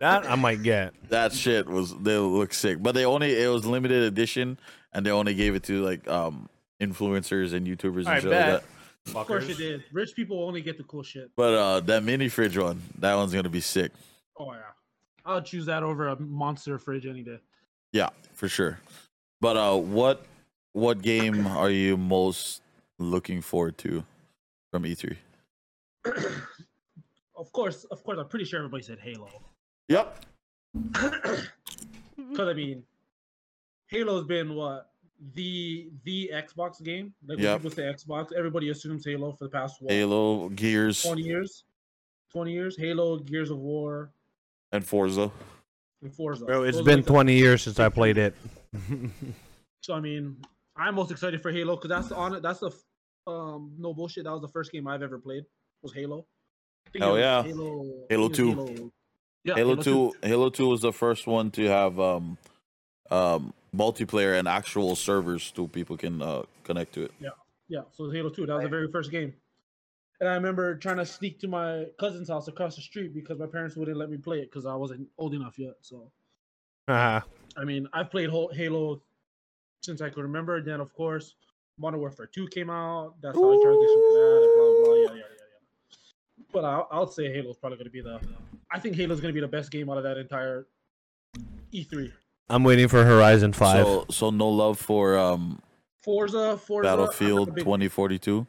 B: That I might get.
A: That shit was they look sick, but they only it was limited edition, and they only gave it to like um influencers and YouTubers and
B: I
A: shit like that.
B: bet.
E: Of course it did. Rich people only get the cool shit.
A: But uh, that mini fridge one, that one's gonna be sick.
E: Oh yeah. I'll choose that over a monster fridge any day.
A: Yeah, for sure. But uh, what what game are you most looking forward to from E E3?
E: of course, of course, I'm pretty sure everybody said Halo.
A: Yep.
E: Because
A: Mm-hmm.
E: I mean, Halo's been what the the Xbox game. Like when
A: Yep.
E: people say Xbox, everybody assumes Halo for the past what,
A: Halo, Gears,
E: twenty years. Twenty years, Halo, Gears of War,
A: and Forza.
E: and Forza.
B: Bro, it's
E: Those are
B: been
E: like the-
B: 20 years since I played it.
E: So I mean, I'm most excited for Halo because that's on that's the f- um no bullshit. That was the first game I've ever played was Halo. I think it
A: Hell
E: was
A: yeah.
E: Halo, I
A: Halo
E: think it
A: 2.
E: was Halo, yeah,
A: Halo, 2, Halo 2 was the first one to have um um multiplayer and actual servers so people can uh connect to it.
E: Yeah, so it was Halo 2. That was the very first game. And I remember trying to sneak to my cousin's house across the street because my parents wouldn't let me play it because I wasn't old enough yet. So,
B: Uh,
E: I mean, I've played Hol- Halo since I could remember. Then, of course, Modern Warfare 2 came out. That's how I transitioned to that. and Blah, blah, blah, yeah, yeah, yeah, yeah. But I'll, I'll say Halo's probably going to be the. I think Halo's going to be the best game out of that entire E E3.
B: I'm waiting for Horizon 5.
A: So so no love for um
E: Forza, Forza. I'm not a
A: Battlefield
E: big-
A: 2042.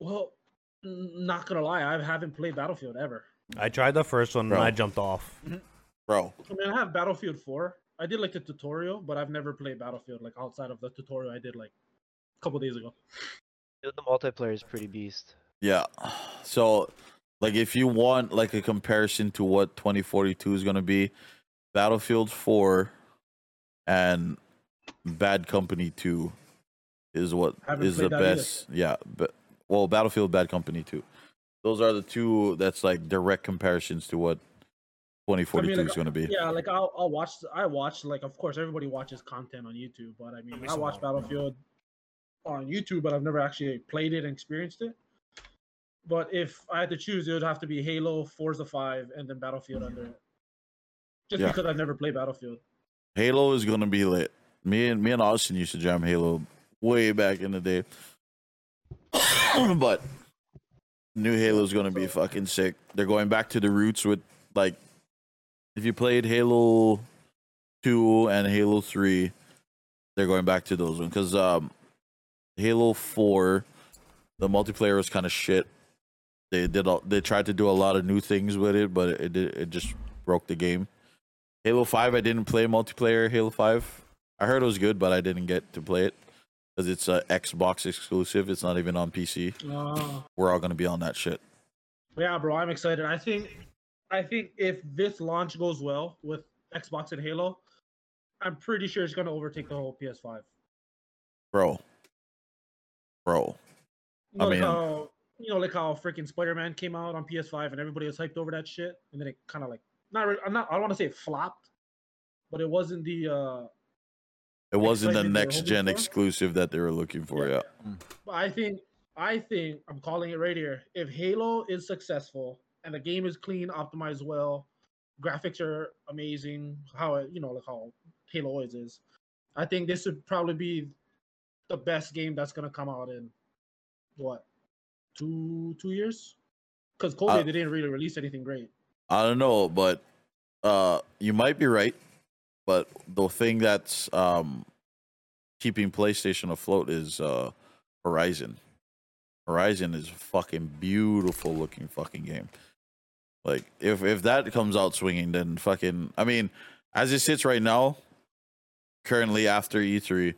E: Well, n- not going to lie, I haven't played Battlefield ever.
B: I tried the first one
A: Bro.
B: and I jumped off.
A: Bro,
E: I mean, I have Battlefield 4. I did like the tutorial, but I've never played Battlefield like outside of the tutorial I did like a couple days ago.
C: The multiplayer is pretty beast.
A: Yeah. So like if you want like a comparison to what 2042 is going to be, Battlefield 4 and Bad Company 2 is what is
E: Haven't
A: the
E: played that either.
A: best. Yeah, but well, Battlefield Bad Company 2. Those are the two that's like direct comparisons to what 2042
E: like,
A: is going to be.
E: Yeah, like I'll, I'll watch. I watch like of course everybody watches content on YouTube, but I mean I watch Battlefield on YouTube, but I've never actually played it and experienced it. But if I had to choose, it would have to be Halo, Forza 5, and then Battlefield under it. Just
A: Yeah.
E: because I've never played Battlefield.
A: Halo is going to be lit. Me and me and Austin used to jam Halo way back in the day. but new Halo is going to be fucking sick. They're going back to the roots with like if you played Halo 2 and Halo 3, they're going back to those ones cuz um Halo 4 the multiplayer was kind of shit. They did all, they tried to do a lot of new things with it, but it it, did- it just broke the game. Halo 5, I didn't play multiplayer Halo 5. I heard it was good, but I didn't get to play it because it's a Xbox exclusive. It's not even on PC.
E: Uh,
A: We're all going to be on that shit.
E: Yeah, bro, I'm excited. I think I think if this launch goes well with Xbox and Halo, I'm pretty sure it's gonna overtake the whole PS5.
A: Bro. Bro.
E: You know,
A: I
E: like
A: mean-
E: how you know, like how freaking Spider-Man came out on PS5 and everybody was hyped over that shit, and then it kind of like not really, I'm not I don't want to say it flopped, but it wasn't the uh
A: It wasn't the
E: Excitement they were
A: next
E: hoping
A: gen
E: for?
A: exclusive that they were looking for. Yeah.
E: Yeah. But I think I think I'm calling it right here. If Halo is successful and the game is clean, optimized well, graphics are amazing, how it, you know like how Halo always is, I think this would probably be the best game that's gonna come out in what two two years? Because COVID,
A: Uh,
E: they didn't really release anything great.
A: I don't know, but uh, you might be right. But the thing that's um, keeping PlayStation afloat is uh, Horizon. Horizon is a fucking beautiful looking fucking game. Like if if that comes out swinging, then fucking I mean, as it sits E right now, currently after E3,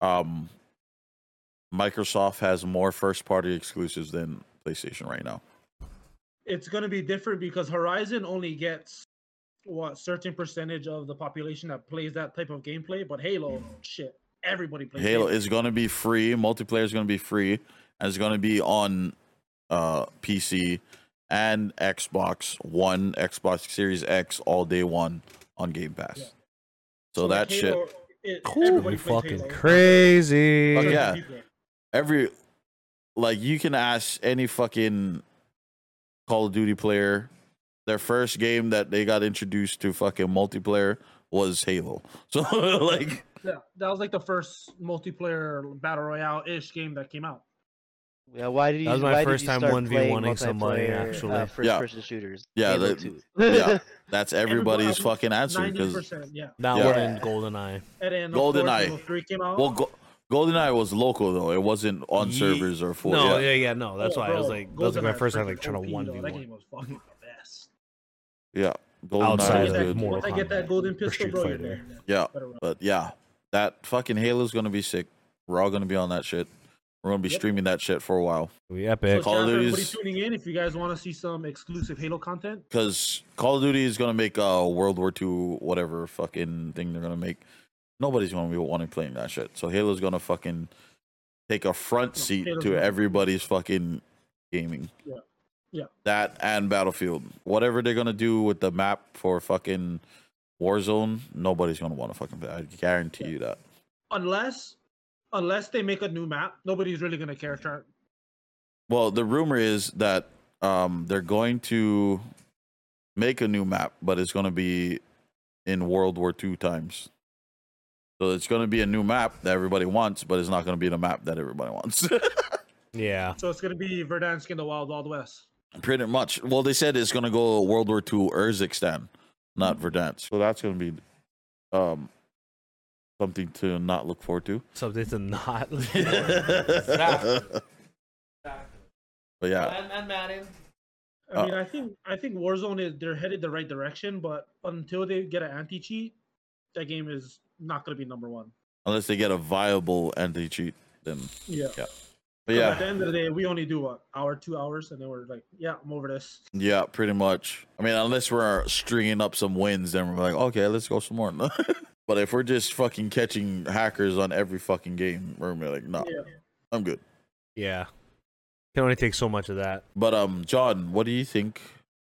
A: um, Microsoft has more first party exclusives than PlayStation right now.
E: It's going to be different because Horizon only gets what certain percentage of the population that plays that type of gameplay, but Halo, shit, everybody plays
A: Halo
E: Halo.
A: is going to be free. Multiplayer is going to be free, and it's going to be on uh, PC and Xbox One, Xbox Series X, all day one on Game Pass.
E: Yeah.
A: So,
E: like,
A: that shit,
E: Halo, it-
B: Cool.
E: everybody plays
B: fucking
E: Halo.
B: crazy.
A: Fuck yeah.
E: People.
A: every like you can ask any fucking Call of Duty player, their first game that they got introduced to fucking multiplayer was Halo. So like,
E: Yeah, that was like the first multiplayer battle royale ish game that came out.
C: Yeah, why did you?
B: That was my
C: why did
B: first
C: you
B: time
C: start
B: 1v1ing
C: playing
B: somebody,
C: multiplayer,
B: actually.
C: uh,
B: Yeah.
C: first-person shooters.
A: Yeah,
C: Halo
A: that-
C: 2.
A: yeah. that's everybody's
E: Everybody-
A: fucking answer
E: Ninety
A: because
E: percent, yeah.
B: That
A: Yeah.
B: one in GoldenEye.
E: And then of
A: Golden
E: course,
A: Eye.
E: Halo Three came out.
A: well, Go- GoldenEye was local though; it wasn't on
B: Ye-
A: servers or for.
B: No,
A: yeah.
B: yeah, yeah, no. That's
E: Oh,
B: why I was
E: bro,
B: like, that was like my
E: GoldenEye
B: first time like
E: freaking
B: trying to
E: OP,
B: one
E: though.
B: v
E: That
B: one.
E: game was fucking the best.
A: yeah. GoldenEye
B: Outside
A: was good.
B: of
E: Once I get-
B: Mortal
E: once I get
B: Kombat
E: that golden
B: for
E: pistol,
B: Street
E: bro, you're
B: Fighter.
E: there. man.
A: Yeah,
E: Better run.
A: but yeah, that fucking Halo's gonna be sick. We're all gonna be on that shit. We're gonna be
E: Yep.
A: streaming that shit for a while
B: We
E: So
B: epic.
A: Call
E: shout out
A: of
E: to everybody
A: Duty's-
E: tuning in. If you guys want to see some exclusive Halo content,
A: because Call of Duty is gonna make uh, World War II whatever fucking thing they're gonna make. Nobody's gonna be wanting playing that shit. So Halo's gonna fucking take a front
E: No,
A: seat
E: Halo's
A: to
E: gonna-
A: everybody's fucking gaming.
E: Yeah. Yeah.
A: That and Battlefield, whatever they're gonna do with the map for fucking Warzone, nobody's gonna want to fucking play. I guarantee you that.
E: unless unless they make a new map, nobody's really gonna care. Char-
A: Well, the rumor is that um, they're going to make a new map, but it's going to be in World War II times. So it's going to be a new map that everybody wants, but it's not going to be the map that everybody wants.
B: Yeah.
E: So it's gonna be Verdansk in the Wild Wild West.
A: Pretty much. Well, they said it's going to go World War II Urzikstan, not Verdansk. Hmm. So that's going to be um, something to not look forward to.
B: Something to not.
A: But yeah,
E: I
A: Uh,
E: mean, I think I think Warzone is they're headed the right direction, but until they get an anti cheat, that game is not gonna be number one.
A: unless they get a viable anti cheat, then.
E: Yeah.
A: But
E: At
A: yeah,
E: the end of the day, we only do what hour, two hours, and then we're like, yeah, I'm over this.
A: Yeah, pretty much. I mean, unless we're stringing up some wins, then we're like, okay, let's go some more. but if we're just fucking catching hackers on every fucking game, we're gonna be like, nah,
E: Yeah.
A: I'm good.
B: yeah. Can only take so much of that.
A: But um, John, what do you think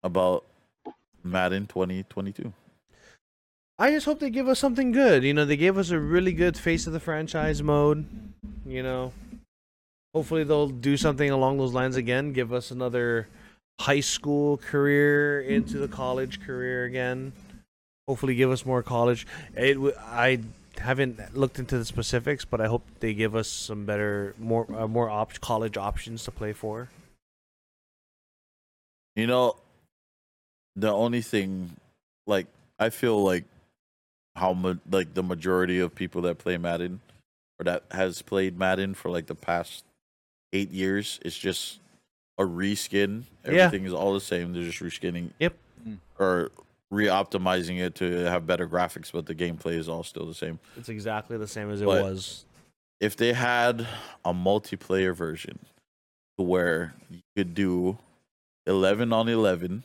A: about Madden 2022?
B: I just hope they give us something good. You know, they gave us a really good face of the franchise mode. You know, hopefully they'll do something along those lines again. Give us another high school career into the college career again. Hopefully, give us more college. It, w- I haven't looked into the specifics, but I hope they give us some better, more uh, more op- college options to play for.
A: You know, the only thing, like, I feel like how mu- like the majority of people that play Madden or that has played Madden for like the past eight years, it's just a reskin.
B: Yeah.
A: Everything is all the same. They're just reskinning.
B: Yep.
D: Mm.
A: Or re-optimizing it to have better graphics, but the gameplay is all still the same.
B: It's exactly the same as it
A: But-
B: was.
A: If they had a multiplayer version to where you could do 11 on 11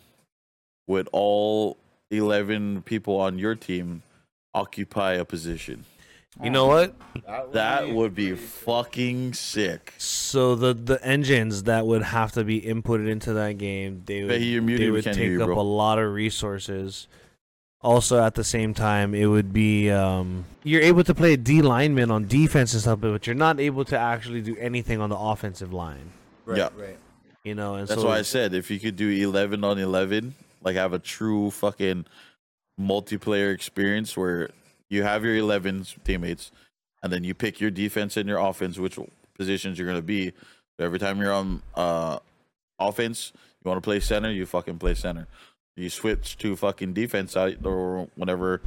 A: with all 11 people on your team occupy a position.
B: You know what?
A: That would be fucking sick.
B: So the the engines that would have to be inputted into that game, they would,
A: Bet you're muted, we
B: they would
A: can't
B: take
A: hear you,
B: up
A: bro.
B: a lot of resources. Also, at the same time, it would be um, you're able to play D lineman on defense and stuff, but you're not able to actually do anything on the offensive line.
D: Right,
A: Yeah.
D: right.
B: You know, and
A: That's
B: so
A: why I said if you could do 11 on 11, like have a true fucking multiplayer experience where you have your 11 teammates and then you pick your defense and your offense, which positions you're going to be. So every time you're on uh, offense, you want to play center, you fucking play center. You switch to fucking defense out or whenever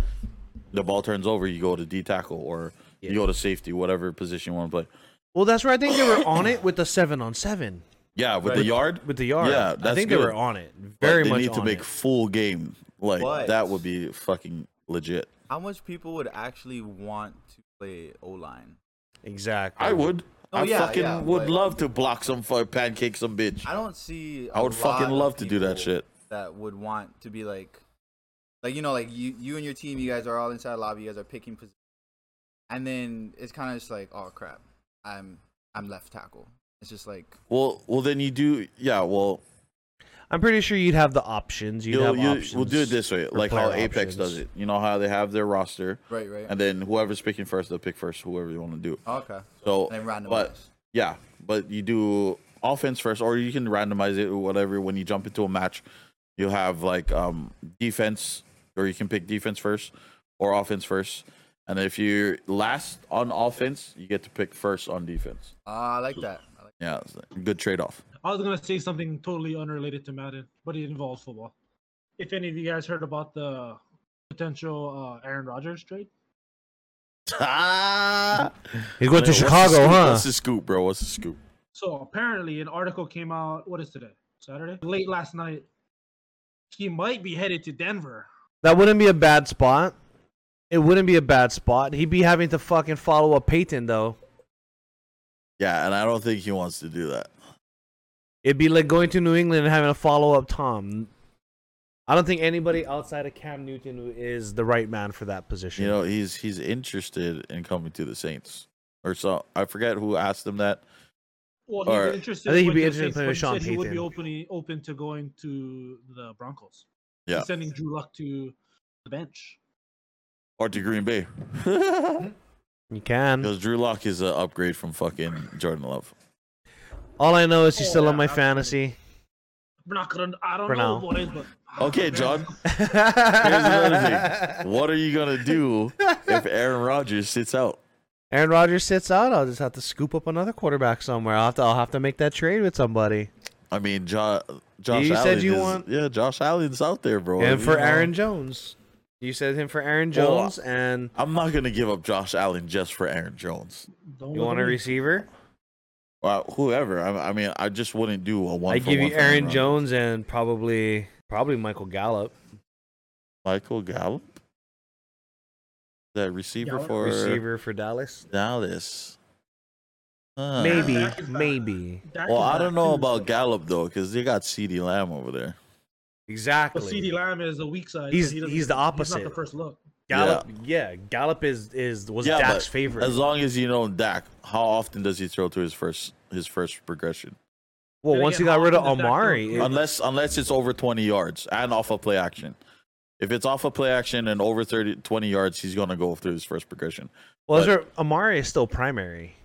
A: the ball turns over, you go to D tackle or you go to safety, whatever position you want to play.
B: well, that's where I think they were on it with the seven on seven
A: Yeah, with the
D: Right.
A: yard.
B: with the yard.
A: Yeah,
B: I
A: that's
B: think they
A: good.
B: were on it
A: But
B: very
A: they
B: much.
A: need to
B: on
A: make
B: it.
A: full game. Like
D: But-
A: that would be fucking legit.
D: How much people would actually want to play O line?
B: exactly.
A: I would.
D: Oh,
A: I
D: yeah,
A: fucking
D: yeah,
A: would
D: but-
A: love to block some for pancake some bitch.
D: I don't see.
A: I
D: a
A: would fucking
D: lot of
A: love to do that
D: people
A: shit.
D: That would want to be like, like you know, like you, you and your team, you guys are all inside the lobby, you guys are picking position, and then it's kind of just like, oh crap, I'm, I'm left tackle. It's just like,
A: Well, well, then you do. Yeah, well,
B: I'm pretty sure you'd have the options. You'd
A: you'll-
B: have
A: you-
B: options.
A: we'll do it this way,
B: for
A: like how
B: player
A: Apex does
B: options.
A: it. You know how they have their roster,
D: right, right, Oh,
A: and then whoever's picking first, they'll pick first, whoever you want to do.
D: okay,
A: So,
D: and then random.
A: Oh, but yeah, but you do offense first, or you can randomize it or whatever. When you jump into a match, you'll have like um defense, or you can pick defense first or offense first. And if you're last on offense, you get to pick first on defense.
D: Ah, I like that. I like-
A: Yeah, it's a good trade off.
E: I was gonna say something totally unrelated to Madden, but it involves football. If any of you guys heard about the potential uh, Aaron Rodgers trade,
B: He's going to
A: What's the
B: Chicago,
A: scoop?
B: huh?
A: What's the scoop, bro? What's the scoop?
E: so apparently an article came out. What is today? Saturday? Late last night. He might be headed to Denver.
B: That wouldn't be a bad spot. It wouldn't be a bad spot. He'd be having to fucking follow up Peyton though.
A: Yeah, and I don't think he wants to do that.
B: It'd be like going to New England and having to follow up Tom. I don't think anybody outside of Cam Newton who is the right man for that position.
A: You know, he's he's interested in coming to the Saints. Or so I forget who asked him that.
E: Well,
A: All
E: he
A: right.
E: was interested.
B: I think he'd
E: with
B: be
E: the
B: interested in
E: Saints,
B: playing
E: but
B: with Sean
E: he said He would be
B: Payton.
E: open, open to going to the Broncos. He's
A: Yeah.
E: sending Drew Luck to the bench.
A: Or to Green Bay.
B: you can.
A: Because Drew Lock is an upgrade from fucking Jordan Love.
B: All I know is he's
E: Oh,
B: still
E: yeah,
B: on my
E: absolutely.
B: fantasy.
E: We're not gonna. I don't
B: For
E: know,
B: now.
E: boys, but
A: Okay,
E: Man,
A: John. Here's another thing. What are you gonna do if Aaron Rodgers sits out?
B: Aaron Rodgers sits out. I'll just have to scoop up another quarterback somewhere. I'll have to, I'll have to make that trade with somebody.
A: I mean, jo- Josh.
B: You
A: Allen
B: said you
A: is-
B: want-
A: Yeah, Josh Allen's out there, bro.
B: and
A: You
B: for
A: know,
B: Aaron Jones. You said him for Aaron
A: Well,
B: Jones, and
A: I'm not gonna give up Josh Allen just for Aaron Jones.
E: don't
B: you
E: look
B: want
E: at
B: a
E: me.
B: receiver?
A: Well, whoever. I, I mean, I just wouldn't do a one.
B: I
A: for
B: give
A: one
B: you
A: for
B: Aaron
A: Rodgers.
B: Jones and probably probably Michael Gallup,
A: Michael Gallup, the receiver
E: Gallup?
A: for
B: receiver for Dallas.
A: Dallas. Huh.
B: Maybe,
E: Dak is back.
B: maybe.
E: Dak
A: Well,
E: is
A: I
E: back
A: don't know
E: too,
A: about
E: so-
A: Gallup though, because they got Ceedee Lamb over there.
E: But CD
B: Exactly.
E: Lamb is the weak side. so
B: He's-
E: doesn't-
B: he's the
E: He's
B: opposite.
E: not the first look.
B: Gallup, yeah. Gallup is is was
A: Yeah,
B: Dak's
A: but
B: favorite.
A: As long as you know Dak, how often does he throw to his first his first progression?
B: well,
E: Then
B: once he
E: again,
B: got rid of
E: how often does Dak
B: Amari,
E: throw
B: it-
E: to-
A: Unless unless it's over 20 yards and off of play action. If it's off of play action and over 30 20 yards, he's gonna go through his first progression.
B: well,
A: but-
B: there, Amari is still primary,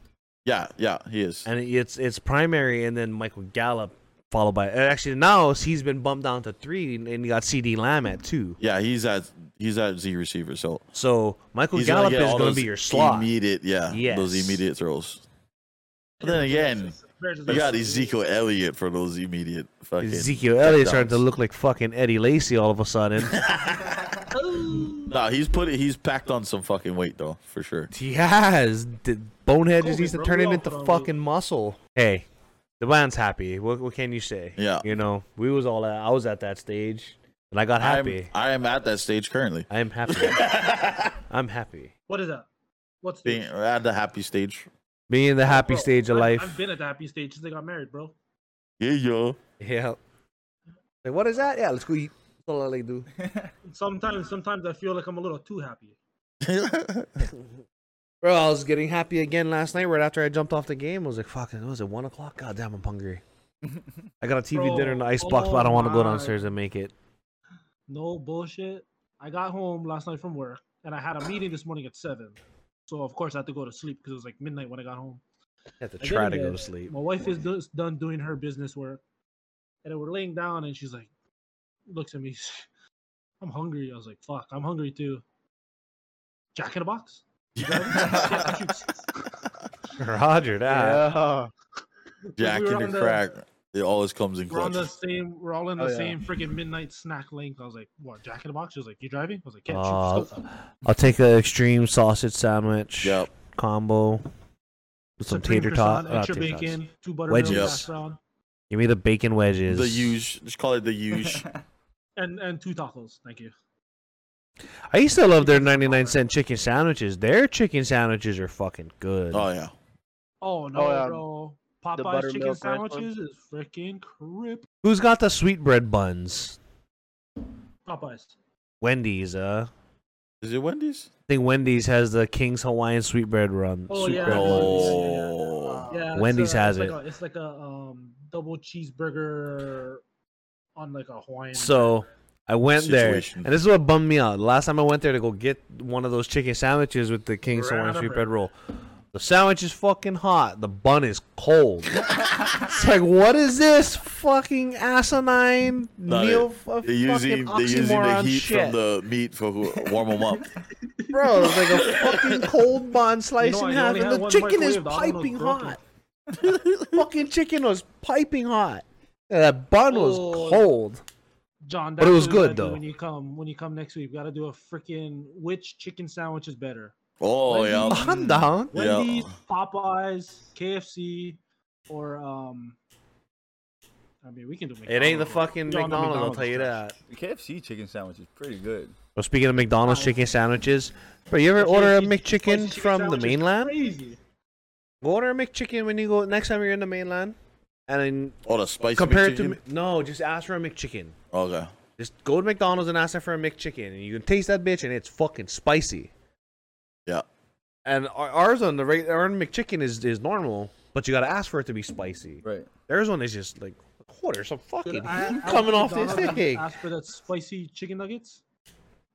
A: Yeah, yeah, he is.
B: and it's it's primary, and then Michael Gallup followed by uh, actually now he's been bumped down to three, and you got C.D. Lamb at two.
A: Yeah, he's at he's at Z receiver, so
B: So Michael
A: he's
B: Gallup
A: get
B: is
A: all
B: going
A: those
B: to be your slot.
A: Immediate, yeah, those
B: Yes.
A: immediate throws. But then again, you got Ezekiel Elliott for those immediate fucking.
B: Ezekiel Elliott starting to
A: touchdowns.
B: look like fucking Eddie Lacy all of a sudden.
A: Nah, he's put it. He's packed on some fucking weight though, for sure.
B: he has. The bonehead just
E: Kobe,
B: needs to
E: bro,
B: turn
E: we
B: it
E: all
B: into
E: put on
B: fucking muscle. Hey, the man's happy. What, what can you say?
A: Yeah.
B: You know, we was all at, I was at that stage and I got happy.
A: I'm, I am at that stage currently.
B: I'm, happy. I'm happy.
E: What is that? What's
A: Being
E: this?
A: at the happy stage.
B: Being in the happy
E: Bro,
B: stage of
E: I've-
B: life.
E: I've been at the happy stage since I got married, bro.
A: Yeah, yo.
B: Yeah. Like, what is that? Yeah, let's go eat. That's all I like to do.
E: Sometimes, sometimes I feel like I'm a little too happy.
B: Bro, I was getting happy again last night right after I jumped off the game. I was like, fuck, it was at 1 o'clock? God damn, I'm hungry. I got a TV dinner in the
E: Bro,
B: icebox, but I don't want to go
E: oh my.
B: downstairs and make it.
E: No bullshit. I got home last night from work and I had a meeting this morning at seven. So of course I had to go to sleep because it was like midnight when I got home.
B: have to
E: I get
B: try
E: in
B: to go
E: bed,
B: to sleep.
E: My wife is do- done doing her business work, and then we're laying down, and she's like, looks at me. I'm hungry. I was like, fuck, I'm hungry too. Jack in a box. You got it? Yeah, shoot.
B: Roger that.
C: Yeah.
A: Jack
E: We were
A: in the
E: on the-
A: crack. It always comes in
E: We're on
A: clutch.
E: the same. We're all in the
C: Oh, yeah.
E: same freaking midnight snack link. I was like, what? Jack in a box. She was like, you driving? I was like, yeah.
B: Uh,
E: shoot, let's go."
B: I'll take an extreme sausage sandwich
A: Yep.
B: combo with some
E: Supreme
B: tater
E: croissant,
B: tot. uh,
E: extra
B: tater tots.
E: bacon, two butter
B: Wedges.
A: Yes.
E: brown,
B: Give me the bacon wedges.
A: The huge. Just call it the huge.
E: and and two tacos. Thank you.
B: I used to love their 99 cent chicken sandwiches. Their chicken sandwiches are fucking good.
A: oh yeah.
E: Oh no,
C: um,
E: bro! Popeye's chicken
C: buttermilk ranch one?
E: sandwiches is freaking crip.
B: Who's got the sweetbread buns?
E: Popeyes.
B: Wendy's, uh.
A: Is it Wendy's?
B: I think Wendy's has the King's Hawaiian sweetbread run.
E: Oh yeah,
B: sweetbread
E: I know
B: buns.
E: it's- yeah,
A: Oh.
E: yeah, it's
B: Wendy's
E: a-
B: has
E: it's
B: it.
E: Like a, it's like a um double cheeseburger on like a Hawaiian.
B: So I went
A: Situation.
B: there, and this is what bummed me out. Last time I went there to go get one of those chicken sandwiches with the King Hawaiian
E: Right.
B: Street bread roll, the sandwich is fucking hot. The bun is cold. it's like, what is this fucking asinine
A: No,
B: neo of
A: They're using,
B: fucking
A: they're using the
B: oxymoron
A: heat
B: shit,
A: from the meat for who, warm them up.
B: bro? It's like a fucking cold bun sliced
E: No,
B: in
E: I
B: half,
E: only
B: and
E: had
B: the
E: one
B: chicken is
E: microwave, the other one was
B: piping
E: broken.
B: hot. fucking chicken was piping hot. And that bun
E: Oh.
B: was cold.
E: John,
B: But it
E: that's
B: was
E: what we gotta
B: good,
E: do
B: though.
E: When you come, when you come next week, we gotta do a freaking which chicken sandwich is better?
A: Oh, yeah.
B: I'm down.
A: Yeah.
E: Wendy's, Popeyes, KFC, or um. I mean, we can do.
B: It ain't the
E: McDonald's.
B: fucking
E: John, the
B: McDonald's, I'll tell you
E: is
B: that.
D: The KFC chicken sandwich is pretty good.
B: Well, speaking of McDonald's chicken sandwiches, bro, you ever
E: The
B: order a
E: KFC spicy
B: McChicken
E: chicken
B: from the
E: sandwich is
B: mainland?
E: Crazy.
B: Go order a McChicken when you go next time you're in the mainland, and then
A: Oh, the spicy
B: compared
A: McChicken?
B: to no, just ask for a McChicken.
A: Okay.
B: Just go to McDonald's and ask them for a McChicken, and you can taste that bitch, and it's fucking spicy.
A: Yeah.
B: And our- ours on the regular our McChicken is is normal, but you gotta ask for it to be spicy.
D: Right.
B: Theirs one is just like quarter, some fucking
E: Dude, I- I
B: coming
E: went
B: off
E: to
B: this
E: McDonald's and
B: thing.
E: Asked for that spicy chicken nuggets,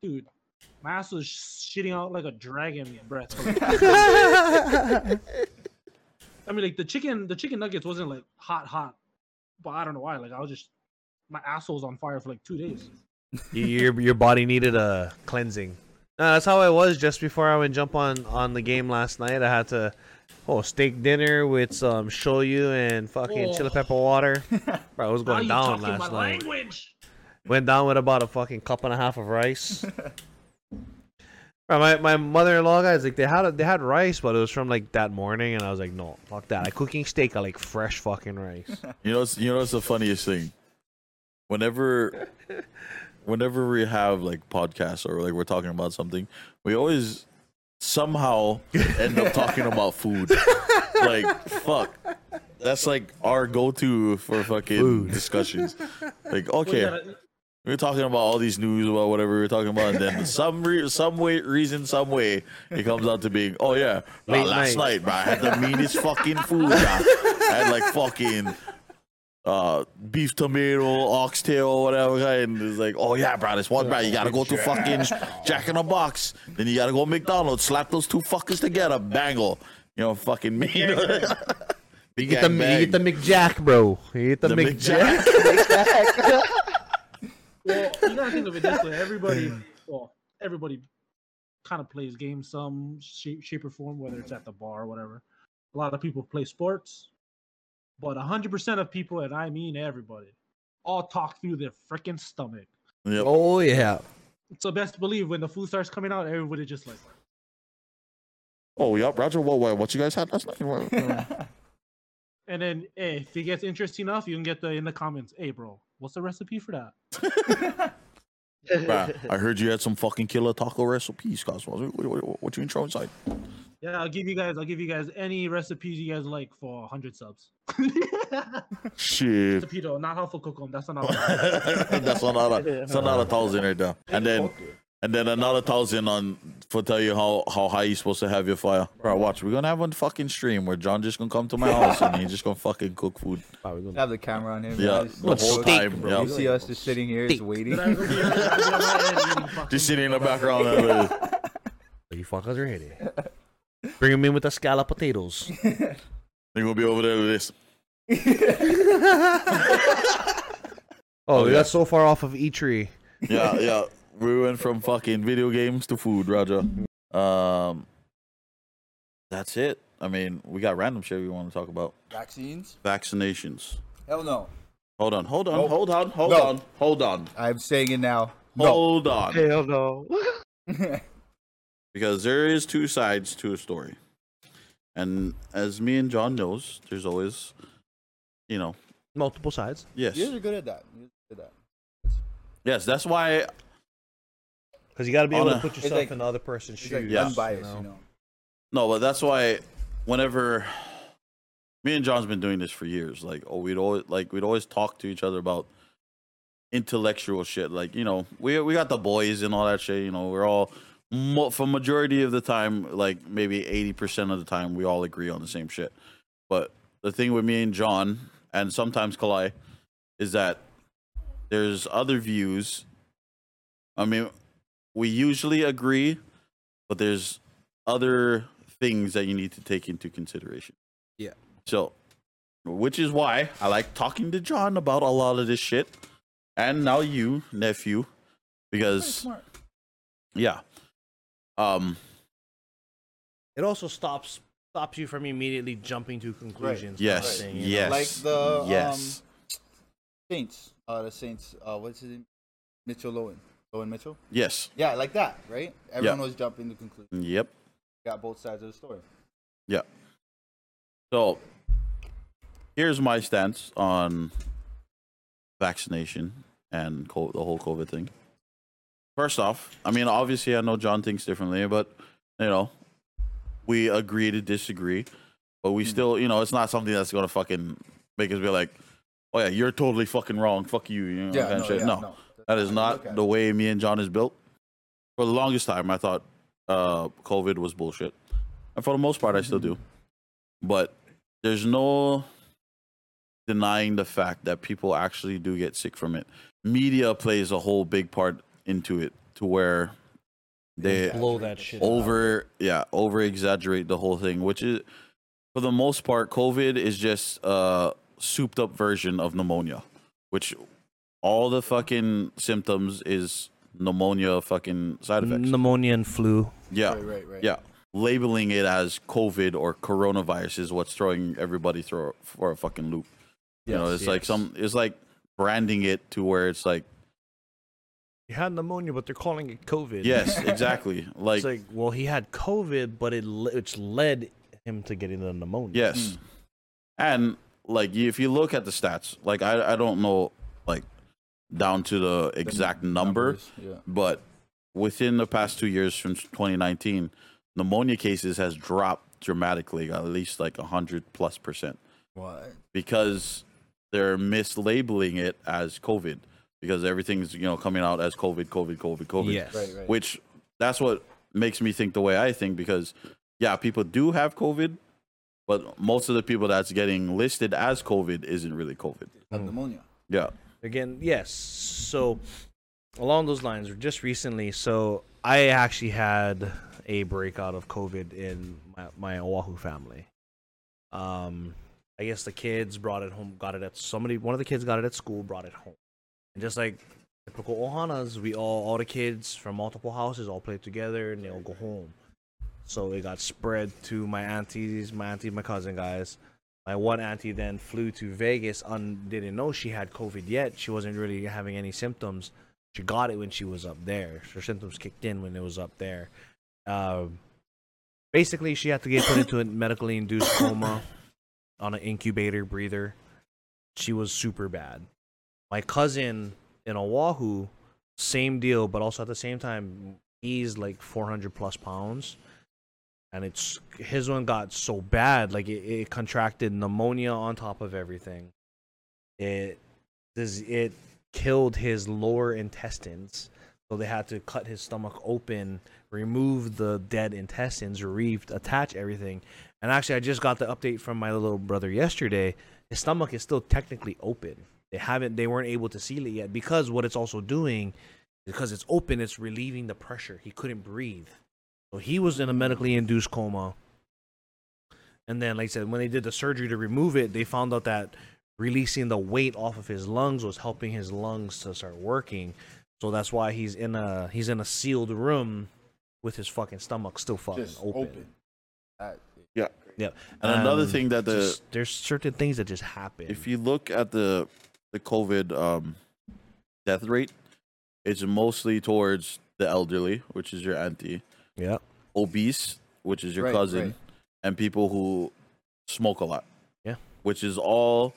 E: dude. My ass was shitting out like a dragon breath. I mean, like the chicken, the chicken nuggets wasn't like hot, hot, but I don't know why. Like I was just, my asshole was on fire for like two days.
B: Y- your your body needed a cleansing. No, that's how I was just before I went jump on on the game last night. I had to oh steak dinner with some shoyu and fucking chili
E: Oh.
B: pepper water. Bro, I was
E: Now
B: going
E: you
B: down
E: talking
B: last
E: my
B: night.
E: language.
B: Went down with about a fucking cup and a half of rice. Bro, my my mother in law guys like they had they had rice, but it was from like that morning, and I was like, no, fuck that. I cooking steak. I like fresh fucking rice.
A: You know, it's- you know, it's the funniest thing. Whenever, whenever we have like podcasts or like we're talking about something, we always somehow end up talking about food. Like fuck, that's like our go-to for fucking discussions. Like
E: Was
A: okay,
E: that a-
A: we are talking about all these news about whatever we are talking about, and then some re- some way reason some way it comes out to being oh yeah, nah,
B: Late
A: last night,
B: night.
A: bro, I had the meanest fucking food. Bro. I had like fucking uh beef tomato, oxtail, whatever, and it's like oh yeah, bro, this one bro, you gotta go to fucking Jack in the Box, then you gotta go McDonald's, slap those two fuckers together, bangle, you know, fucking me. You
B: Get the, you get the McJack, bro. You get the,
A: the
B: McJack.
A: McJack.
E: well, you gotta think of it this way. Everybody, well, everybody kind of plays games some shape, shape or form, whether it's at the bar or whatever. A lot of people play sports, but 100% of people, and I mean everybody, all talk through their freaking stomach.
A: Yep.
B: Oh yeah.
E: So best believe when the food starts coming out, everybody just like,
A: Oh yeah, Roger, what, what what you guys had last night? What-
E: and then hey, if it gets interesting enough, you can get the in the comments, hey bro, what's the recipe for that?
A: Bruh, I heard you had some fucking killer taco recipes, Cosmo. What, what, what, what you intro inside?
E: Yeah, I'll give you guys, I'll give you guys any recipes you guys like for 100 subs.
A: Shit.
E: Torpedo, not helpful cookum. That's another.
A: that's another that's another thousand right there. And then and then another thousand on for tell you how, how high you supposed to have your fire. Bro, watch, we're gonna have one fucking stream where John just gonna come to my house and he's just gonna fucking cook food.
D: Have the camera on him.
A: Yeah,
D: guys.
A: the whole
B: steak,
A: time,
D: You
A: bro.
D: see us just sitting here, just waiting.
A: Just sitting in the background. uh,
B: You fuckers are hitting. Bring him in with the scallop potatoes.
A: They're gonna be over there with this.
B: Oh,
A: Oh,
B: we
A: yeah.
B: got so far off of E E-Tree.
A: yeah, yeah. We went from fucking video games to food, Roger. Um, that's it. I mean, we got random shit we want to talk about.
D: Vaccines?
A: Vaccinations.
D: Hell no.
A: Hold on, hold on,
D: Nope.
A: hold on, hold
D: No.
A: on, hold on,
D: I'm saying it now. No.
A: hold on.
C: Hell no.
A: Because there is two sides to a story, and as me and John knows, there's always, you know,
B: Multiple sides.
A: yes,
D: You're good at that. You're good at that.
A: yes. That's why
B: Because you got to be
A: Oh,
B: able
A: no.
B: to put
D: It's
B: yourself
D: like-
B: in the other person's
D: She's like
B: shoes.
A: Yeah.
D: unbiased,
B: you know?
D: you know.
A: No, but that's why whenever me and John's been doing this for years. Like, oh, we'd always like we'd always talk to each other about intellectual shit. Like, you know, we we got the boys and all that shit. You know, we're all mo- for majority of the time, like maybe eighty percent of the time, we all agree on the same shit. But the thing with me and John, and sometimes Kalai, is that there's other views. I mean, we usually agree, but there's other things that you need to take into consideration.
D: Yeah.
A: So, which is why I like talking to John about a lot of this shit, and now you, nephew, because yeah, um,
B: It also stops stops you from immediately jumping to conclusions. kind of
A: yes,
B: thing, you know?
A: yes,
D: Like the, um,
A: yes,
D: Saints. Uh, the Saints. Uh, what's his name? Mitchell Lowen. Lowen Mitchell.
A: yes,
D: Yeah, like that, right? Everyone was jumping to conclusion.
A: yep.
D: Got both sides of the story.
A: So here's my stance on vaccination and co- the whole COVID thing. First off, I mean, obviously, I know John thinks differently, but you know, we agree to disagree, but we still, you know, it's not something that's gonna fucking make us be like, oh yeah, you're totally fucking wrong, fuck you, you know, kind of shit. no. That is not the way me and John is built. For the longest time, I thought uh, COVID was bullshit, and for the most part, I still do. But there's no denying the fact that people actually do get sick from it. Media plays a whole big part into it, to where they
B: Blow that shit.
A: over yeah over exaggerate the whole thing which is for the most part covid is just a souped up version of pneumonia which all the fucking symptoms is pneumonia fucking side effects
B: Pneumonia and flu.
A: yeah
D: Right, right, right.
A: yeah labeling it as covid or coronavirus is what's throwing everybody through for a fucking loop you know it's like some it's like branding it to where it's like
B: He had pneumonia, but they're calling it COVID.
A: yes exactly like,
B: it's like well, he had COVID, but it le- it's led him to getting the pneumonia.
A: Yes. And like if you look at the stats, like I, I don't know like down to the
D: The
A: exact number,
D: numbers, Yeah.
A: but within the past two years since 2019, pneumonia cases has dropped dramatically, at least like 100 plus percent
D: What?
A: because they're mislabeling it as COVID because everything's, you know, coming out as COVID, COVID, COVID, COVID
B: Yes.
D: Right, right.
A: which that's what makes me think the way I think because yeah, people do have COVID, but most of the people that's getting listed as COVID isn't really COVID.
D: Have pneumonia.
A: Yeah,
B: Again, yes. So along those lines, just recently, so I actually had a breakout of COVID in my, my Oahu family. Um, I guess the kids brought it home, got it at somebody. One of the kids got it at school, brought it home, and just like typical Ohanas, we all all the kids from multiple houses all played together, and they all go home. So it got spread to my aunties, my auntie, my cousin guys. My one auntie then flew to Vegas and didn't know she had COVID yet. She wasn't really having any symptoms. She got it when she was up there. Her symptoms kicked in when it was up there. Um, basically, she had to get put into a medically induced coma on an incubator breather. She was super bad. My cousin in Oahu, same deal, but also at the same time, he's like 400 plus pounds and it's his one got so bad like it, it contracted pneumonia on top of everything it this it killed his lower intestines so they had to cut his stomach open remove the dead intestines reattach everything and actually i just got the update from my little brother yesterday his stomach is still technically open they haven't they weren't able to seal it yet because what it's also doing because it's open it's relieving the pressure he couldn't breathe so he was in a medically induced coma. And then, like I said, when they did the surgery to remove it, they found out that releasing the weight off of his lungs was helping his lungs to start working. So that's why he's in a he's in a sealed room with his fucking stomach still fucking
D: Just
B: open.
D: That-
A: yeah.
B: Yep.
A: And another thing that the-
B: Um, just- there's certain things that just happen.
A: If you look at the the COVID um, death rate, it's mostly towards the elderly, which is your auntie,
B: yeah.
A: obese, which is your
D: Right,
A: cousin,
D: right.
A: and people who smoke a lot.
B: Yeah.
A: which is all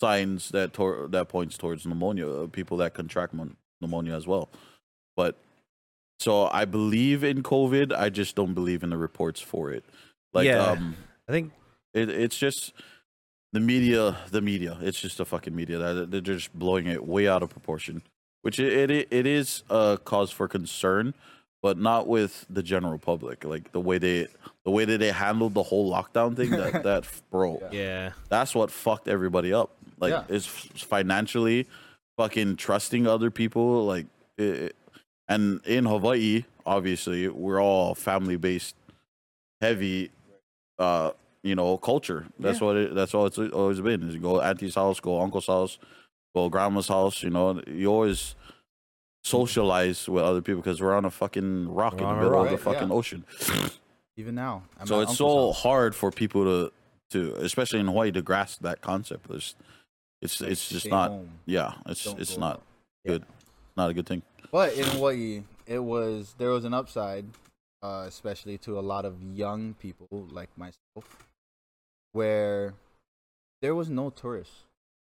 A: signs that tor- that points towards pneumonia. uh, People that contract mon- pneumonia as well. But so I believe in COVID. I just don't believe in the reports for it. Like
B: Yeah.
A: um,
B: I think
A: it, it's just the media, the media. It's just the fucking media. That they're just blowing it way out of proportion, which it it, it is a cause for concern, but not with the general public. Like the way they the way that they handled the whole lockdown thing. That that bro,
D: Yeah.
B: Yeah.
A: that's what fucked everybody up. Like
D: Yeah.
A: it's f- financially fucking trusting other people. Like, it, it- and in Hawaii, obviously, we're all family based, heavy, uh, you know, culture. That's what it, that's all it's always been. Is you go auntie's house, go uncle's house, go grandma's house. You know, you always socialize with other people because we're on a fucking rock
B: We're
A: in the
B: on a
A: middle of the
D: rock, yeah.
A: fucking ocean.
D: Even now. I'm
A: so
D: at
A: it's so
D: uncle's house.
A: hard for people to to especially in Hawaii to grasp that concept. It's it's
D: Like,
A: it's just
D: stay
A: not
D: home,
A: yeah, it's
D: don't
A: it's
D: go
A: not
D: out.
A: not a good thing.
D: But in Hawaii, it was there was an upside, uh, especially to a lot of young people like myself, where there was no tourists.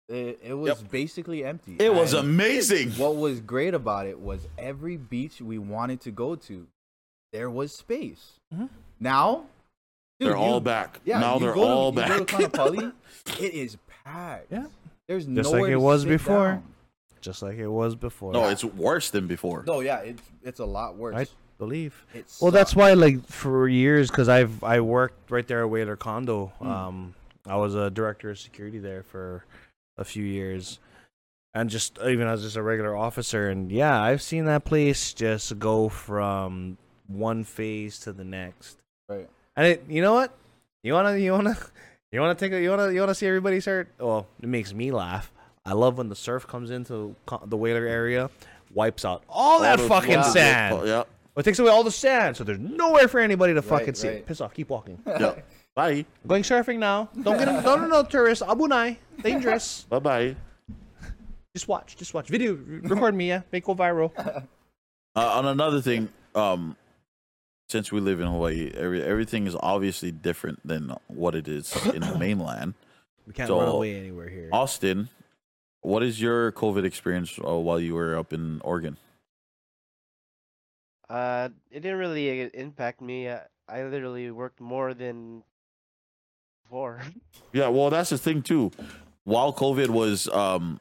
D: It, it was basically empty.
A: It was
D: And
A: amazing.
D: What was great about it was every beach we wanted to go to, there was space. Now, dude,
A: Mm-hmm. they're all
D: you-
A: back.
D: Yeah,
A: now
D: you
A: they're
D: go to-
A: all
D: you go to
A: back.
D: Kaanapali, it is packed.
B: Yeah.
D: There's
B: Just like
D: nowhere
B: it
D: to
B: was
D: sit
B: before.
D: down.
B: Just like it was before.
A: no, it's worse than before.
D: No, yeah, it's it's a lot worse.
B: I believe.
D: It
B: Well, that's
D: sucks.
B: why, like, for years, because I've I worked right there at Whaler Condo.
A: Hmm.
B: Um, I was a director of security there for a few years, and just even as just a regular officer. And yeah, I've seen that place just go from one phase to the next.
D: Right.
B: And it, you know what? You wanna, you wanna, you wanna take, a, you wanna, you wanna see everybody start. Well, it makes me laugh. I love when the surf comes into co- the Whaler area, wipes out all,
A: All
B: that
A: those
B: fucking
A: ones that
B: sand.
A: just- Yeah.
B: Well, it takes away all the sand, so there's nowhere for anybody to fucking see.
D: right.
B: Piss off. Keep walking.
A: Yeah. Bye.
B: Going surfing now. Don't get in, don't no tourists. Abunai. Dangerous.
A: Bye bye.
B: just watch. Just watch. Video. re- Record me. Yeah. Make go viral.
A: Uh, on another thing, um, since we live in Hawaii, every, everything is obviously different than what it is in the mainland.
B: We can't
A: So- run away
B: anywhere here.
A: Austin, what is your COVID experience uh, while you were up in Oregon?
C: Uh, it didn't really uh, impact me. I, I literally worked more than before.
A: Yeah, well, that's the thing too. While COVID was, um,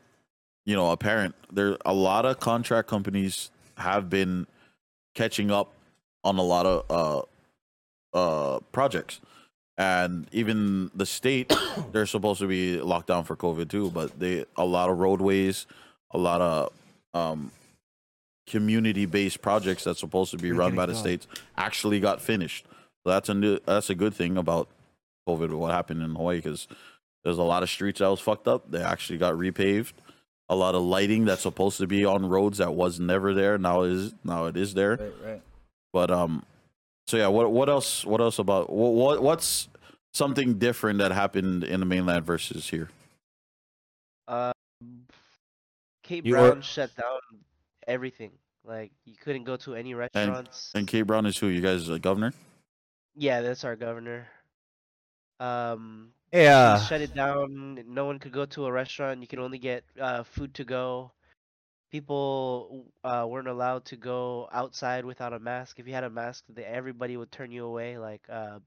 A: you know, apparent, there a lot of contract companies have been catching up on a lot of uh, uh, projects, and even the state they're supposed to be locked down for COVID too. But they a lot of roadways, a lot of um, community-based projects that's supposed to be
B: We're
A: run
B: getting
A: by the
B: caught.
A: states actually got finished. So that's a new, that's a good thing about COVID, what happened in Hawaii, because there's a lot of streets that was fucked up. They actually got repaved. A lot of lighting that's supposed to be on roads that was never there now is now it is there.
D: Right, right.
A: But um, so yeah, what what else? What else about what, what what's something different that happened in the mainland versus here?
C: Uh, Cape
B: You were-
C: Brown shut down everything. Like you couldn't go to any restaurants.
A: And Cape Brown is who you guys the governor.
C: Yeah, that's our governor. Um, he
B: Yeah.
C: shut it down. No one could go to a restaurant. You could only get uh, food to go. People uh, weren't allowed to go outside without a mask. If you had a mask, the, everybody would turn you away. Like uh,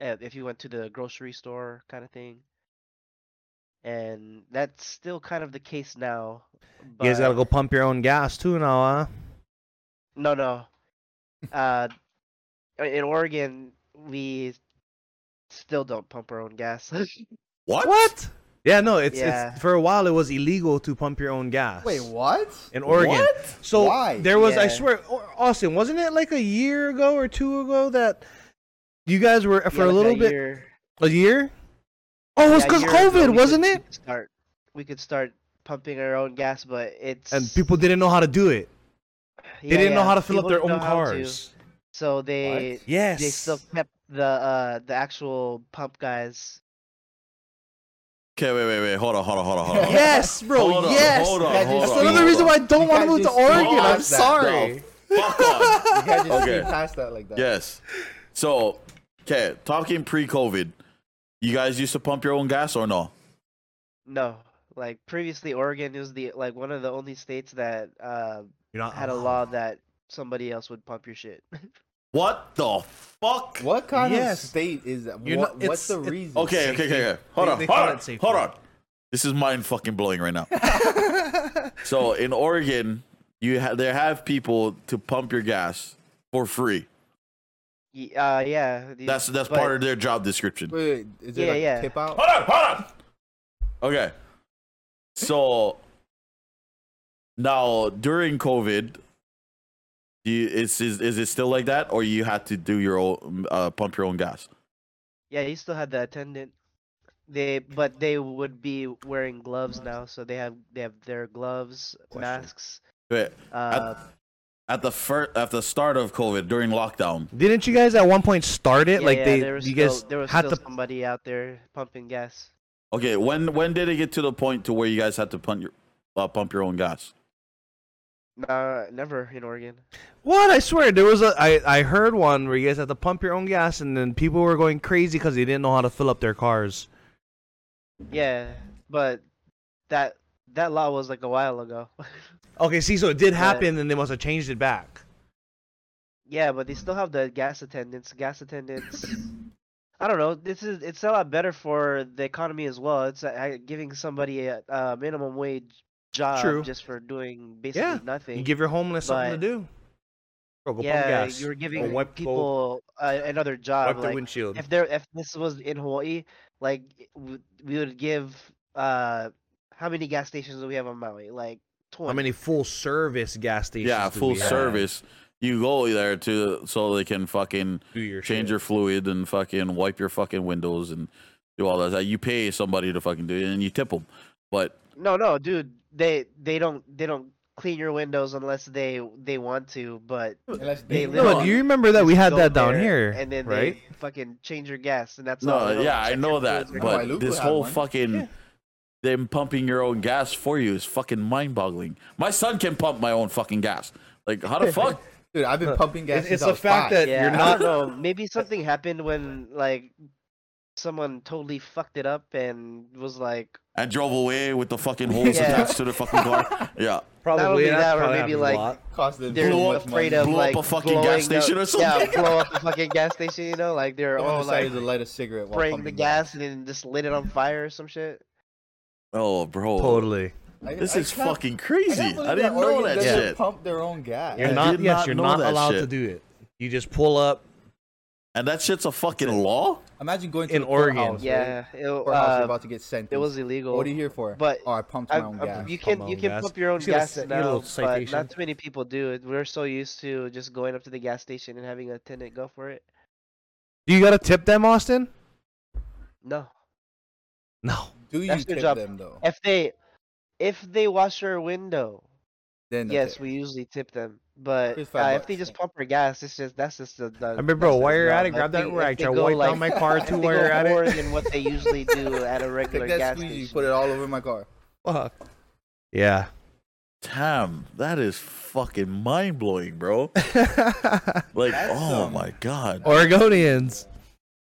C: eh, if you went to the grocery store, kind of thing. And that's still kind of the case now.
B: You guys gotta
C: but-
B: go pump your own gas too now, huh?
C: no, no. Uh, i- in Oregon, we still don't pump our own gas.
A: What?
B: Yeah. No. It's
C: Yeah.
B: it's for a while it was illegal to pump your own gas.
D: Wait, what?
B: In Oregon.
D: What?
B: So
D: Why?
B: there was, I
C: Yeah.
B: swear, Au- Austin, wasn't it like a year ago or two ago that you guys were for
C: Yeah,
B: a
C: like
B: little bit
C: year-
B: a year? Oh, it was
C: yeah,
B: because
C: year ago, we
B: COVID,
C: could-
B: wasn't
C: we
B: it?
C: could Start. We could start pumping our own gas, but it's
B: And people didn't know how to do it. They
C: yeah,
B: didn't know
C: yeah,
B: how to fill up
C: people
B: their
C: didn't
B: own
C: know how to,
B: cars.
C: so they
B: Yes.
C: they still kept the uh the actual pump guys.
A: Okay, wait, wait, wait. Hold on, hold on, hold on, hold on.
B: yes, bro.
A: Hold on,
B: yes.
A: hold on,
D: That
A: hold
D: is
A: on.
B: That's another
A: hold
B: reason
A: on.
B: why I don't
D: You
B: want to
D: can't
B: move to
D: just skip
B: Oregon. I'm
D: past that, bro.
B: sorry.
A: Fuck off.
D: You guys just
A: Okay.
D: skip past that like that.
A: Yes. So, okay, talking pre-COVID, you guys used to pump your own gas or no?
C: No, like previously, Oregon was the like one of the only states that uh
B: You're not
C: had a
B: allowed.
C: law that somebody else would pump your shit.
A: What the fuck?
D: What kind
B: Yes.
D: of state is that?
B: You're
D: What,
B: not-
D: what's the
B: it's- it-
D: reason?
A: Okay, okay, okay, okay. Hold
B: They-
A: on,
B: they
A: hold
B: call
A: on,
B: it safety.
A: hold on. This is mind fucking blowing right now. so in Oregon, you ha- there have people to pump your gas for free.
C: Y- Uh, yeah. the-
A: That's that's
C: but-
A: part of their job description.
D: Wait, wait, is it
C: Yeah,
D: like
C: yeah.
D: tip out?
A: Hold on, hold on. Okay. So now during COVID, do you, is, is is it still like that, or you had to do your own uh, pump your own gas?
C: Yeah, you still had the attendant. They but they would be wearing gloves now, so they have they have their gloves, masks.
A: Wait,
C: Uh,
A: at the first at the start of COVID during lockdown,
B: Didn't you guys at one point start it?
C: yeah,
B: like
C: yeah,
B: they,
C: there was
B: you
C: still,
B: guys
C: there was
B: had
C: still
B: to.
C: somebody out there pumping gas.
A: Okay, when when did it get to the point to where you guys had to pump your uh, pump your own gas?
C: Nah, never in Oregon.
B: What I swear there was a. I I heard one where you guys had to pump your own gas, and then people were going crazy because they didn't know how to fill up their cars.
C: Yeah, but that that law was like a while ago.
B: Okay, see, so it did
C: Yeah.
B: happen, and they must have changed it back.
C: yeah, but they still have the gas attendants. Gas attendants. I don't know. This is it's a lot better for the economy as well. It's uh, giving somebody a, a minimum wage job
B: True.
C: just for doing basically
B: Yeah,
C: nothing.
B: You give your homeless something
C: But-
B: to do. Go, go pump
C: yeah,
B: gas.
C: you were
B: Or
C: giving
B: wipe- go
C: people uh, another
B: wipe
C: job.
B: their
C: Like,
B: windshield.
C: if there, if this was in Hawaii, like it would- we would give uh, how many gas stations do we have on Maui? Like twenty.
B: How many full service gas stations?
A: Yeah,
B: do
A: full
B: we have?
A: service. You go there to so they can fucking
B: Do your
A: change
B: shit.
A: your fluid and fucking wipe your fucking windows and do all that. You pay somebody to fucking do it and you tip them. But
C: No, no, dude. They they don't they don't clean your windows unless they they want to, but
D: Unless
C: they
D: they
C: live
B: No,
C: on
B: do you remember that
C: you
B: we had
C: go
B: that down
C: there
B: here?
C: and then
B: right?
C: they fucking change your gas, and that's all.
A: no,
C: they don't
A: yeah, I
C: check
A: know
C: your
A: that.
C: fluids or
A: But
C: nothing.
D: Luca
A: this
D: had
A: whole
D: one.
A: fucking them pumping your own gas for you is fucking mind boggling. My son can pump my own fucking gas. Like how the fuck?
D: Dude, I've been pumping gas.
B: It's,
D: since
B: it's
D: I
B: the
D: was
B: fact
D: five.
B: that
C: yeah,
B: you're
C: I
B: not.
C: don't know. Maybe something happened when like someone totally fucked it up and was like,
A: I drove away with the fucking hose
C: Yeah.
A: attached to the fucking car. Yeah.
C: only
B: that's
C: that, or
B: probably
C: maybe,
B: happens a
C: like,
B: lot.
D: cost them
C: they're
D: too
A: Blow
D: much
A: up-
C: afraid
D: money.
C: of
A: Blow up
C: like
A: a fucking gas
C: blowing up-
A: station or
C: Yeah,
A: something.
C: blow up a fucking gas station. You know, like they're
D: Someone
C: all like
D: decided to light a cigarette while
C: spraying the
D: pumping gas.
C: gas and then just lit it on fire or some shit.
A: Oh, bro.
B: Totally.
D: I-
A: This
D: I
A: is
D: can't-
A: fucking crazy.
D: can't believe
A: I didn't know
D: Oregon
A: that
D: doesn't
A: shit.
D: Pump their own gas.
B: You're
A: I
B: not.
A: did
B: Yes,
A: not
B: you're
A: know
B: not
A: that
B: allowed to
A: shit.
B: do it. You just pull up.
A: And that shit's a fucking law?
D: Imagine going to
B: In
D: the
B: Oregon.
D: courthouse, right?
C: Yeah, it,
D: Courthouse, you're
C: uh,
D: about to get sentenced.
C: it was illegal.
D: What are you here for?
C: but
D: oh, I pumped
C: I-
D: my own
C: I-
D: gas.
C: you
B: Pump
C: can
B: my
C: you
B: own
C: can
B: gas.
C: pump your own
B: Just get a
C: gas
B: cit- get a
C: now,
B: little
C: but
B: citation.
C: not too many people do it. We're so used to just going up to the gas station and having a attendant go for it.
B: Do you gotta tip them, Austin?
C: No,
B: No.
D: Do you
C: That's their
D: tip
C: job.
D: them though?
C: if they if they wash our window,
D: Then that's
C: yes,
D: it.
C: we usually tip them. But
D: Here's five
C: uh, if they
D: bucks.
C: just pump our gas, it's just that's just the. the
B: I mean, bro,
C: that's
B: while
C: their
B: you're at
C: job.
B: it,
C: If
B: grab
C: they-
B: that rag.
C: if they
B: Try
C: go,
B: wipe
C: like,
B: down my car
C: if
B: too
C: they
B: while
C: go
B: you're at
C: more
B: it.
C: than what they usually do at a regular
D: Take that
C: gas
D: squeegee,
C: station.
D: put it all over my car.
B: Fuck. Yeah.
A: Damn, that is fucking mind blowing, bro. Like,
D: That's um,
A: oh
D: some-
A: my god.
B: Oregonians.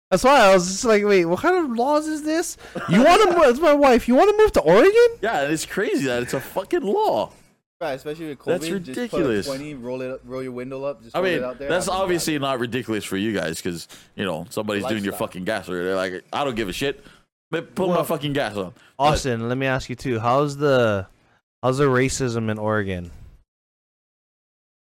B: That's why I was just like, wait, what kind of laws is this? You want to? It's my wife. You want to move to Oregon?
A: Yeah, it's crazy that it's a fucking law.
D: Right, especially with COVID.
A: That's
D: Just put a
A: ridiculous.
D: Twenty, roll it, up, roll your window up. Just
A: I
D: hold
A: mean,
D: it out there,
A: that's
D: have a
A: obviously not ridiculous for you guys because, you know, somebody's doing your
D: Lifestyle.
A: fucking gas or they're like, I don't give a shit. But put my
B: Well-
A: fucking gas on. But
B: Austin, let me ask you too. How's the how's the racism in Oregon?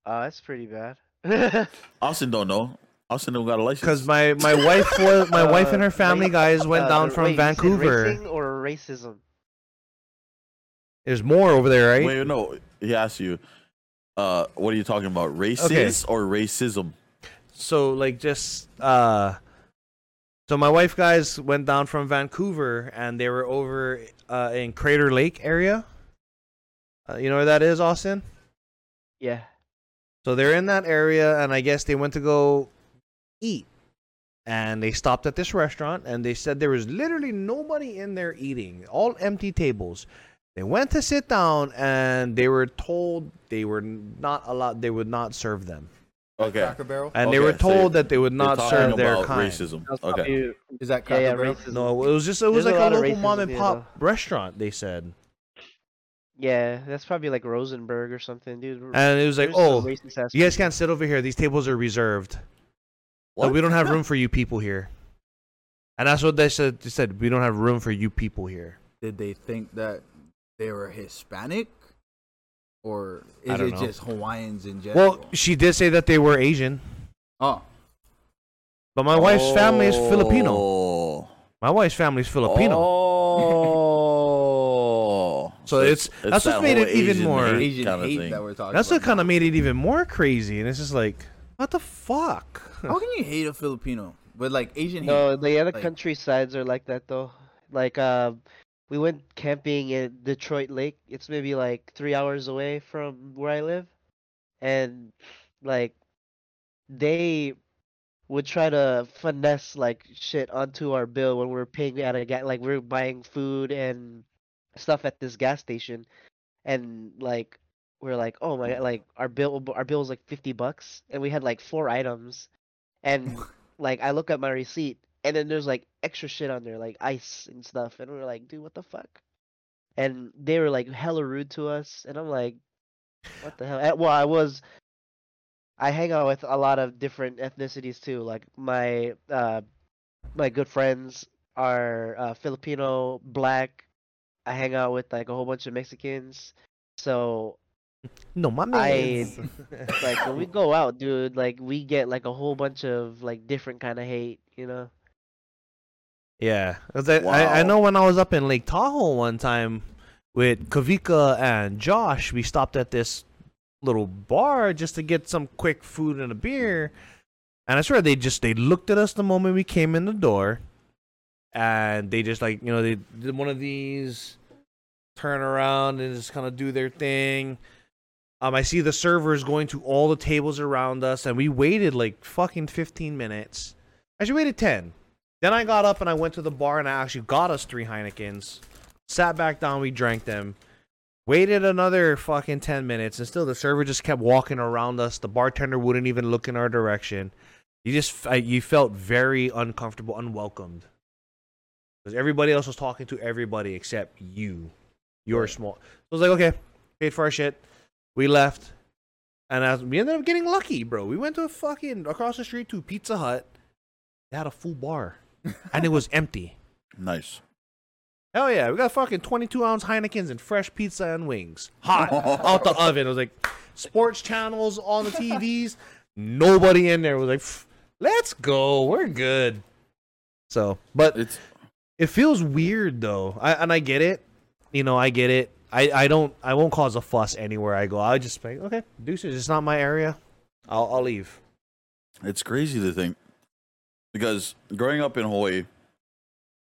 C: Oh, that's pretty bad.
A: Austin don't know. Austin don't got a license.
B: Because my my wife was my wife and
C: Uh,
B: her family
C: race-
B: guys went
C: uh,
B: down
C: the-
B: from
C: wait, you said
B: Vancouver.
C: racing or racism?
B: There's more over there, right?
A: Wait, no. He asked you, uh, what are you talking about? Races or racism?
B: So like just uh, so my wife guys went down from Vancouver and they were over uh, in Crater Lake area. Uh, you know where that is, Austin?
C: Yeah.
B: So they're in that area, and I guess they went to go eat. And they stopped at this restaurant, and they said there was literally nobody in there eating, all empty tables. They went to sit down, and they were told they were not allowed, they would not serve them.
A: Okay.
D: Cracker Barrel.
B: And they were
A: Okay, so
B: told that they would
A: You're
B: not
A: talking
B: serve their
A: about
B: kind.
A: racism.
C: That was
A: Okay.
C: probably-
D: Is that
C: Yeah,
D: Cracker
C: yeah,
D: Barrel?
C: racism.
B: No, it was just it was
C: There's a
B: like a,
C: lot of
B: local mom
C: racism
B: and
C: here,
B: pop restaurant. They said,
C: Yeah, that's probably like Rosenberg or something, dude.
B: and it was like,
C: There's some
B: oh,
C: racist ass
B: you guys
C: people.
B: can't sit over here. These tables are reserved. Like, we don't have room for you people here. And that's what they said. They said we don't have room for you people here.
D: Did they think that they were Hispanic, or
B: I
D: is
B: don't
D: it
B: know.
D: just Hawaiians in general?
B: Well, she did say that they were Asian,
D: oh,
B: but my wife's family is Filipino.
A: Oh.
B: My wife's family is Filipino.
D: Oh.
A: Oh.
B: So it's- that's
A: that
B: what made
A: whole
B: it even
A: Asian
B: more-
A: hate
D: Asian
A: kinda
D: hate
A: thing.
D: that we're talking.
B: That's what
D: about
B: kind
D: now.
B: of made it even more crazy. And it's just like, what the fuck?
D: How can you hate a Filipino? But like Asian hate.
C: No, the other
D: like-
C: countrysides are like that though. Like uh, we went camping at Detroit Lake. It's maybe like three hours away from where I live, and like they would try to finesse like shit onto our bill when we were paying at a gas like we were buying food and stuff at this gas station, and like we are like oh my like our bill our bill was like fifty bucks and we had like four items, and like I look at my receipt and then there's like extra shit on there, like ice and stuff, and we are like, dude, what the fuck? And they were like hella rude to us, and I'm like, what the hell? And- Well, I was, I hang out with a lot of different ethnicities too. Like my uh, my good friends are uh, Filipino, black. I hang out with like a whole bunch of Mexicans. So
B: No, my
C: I-
B: man.
C: like when we go out, dude, like we get like a whole bunch of like different kind of hate, you know.
B: Yeah, 'cause I, I, I
A: Wow.
B: know when I was up in Lake Tahoe one time with Kavika and Josh, we stopped at this little bar just to get some quick food and a beer, and I swear they just they looked at us the moment we came in the door, and they just like you know they did one of these turn around and just kind of do their thing. Um, I see the servers going to all the tables around us, and we waited like fucking fifteen minutes. Actually, waited ten. Then I got up and I went to the bar and I actually got us three Heinekens. Sat back down, we drank them. Waited another fucking 10 minutes and still the server just kept walking around us. The bartender wouldn't even look in our direction. You just I, you felt very uncomfortable, unwelcomed. Cuz everybody else was talking to everybody except you. You're small. So I was like, okay, paid for our shit. We left. And as, we ended up getting lucky, bro. We went to a fucking across the street to Pizza Hut. They had a full bar and it was empty.
A: Nice.
B: Hell yeah, we got fucking 22 ounce Heinekens and fresh pizza and wings. Hot out the oven. It was like sports channels on the TVs. Nobody in there It was like, "Pff, let's go. We're good. So, but
A: It's
B: it feels weird though. I, and I get it. You know, I get it. I, I don't, I won't cause a fuss anywhere I go. I just be like, okay, deuces, it's not my area. I'll, I'll leave.
A: It's crazy to think because growing up in Hawaii,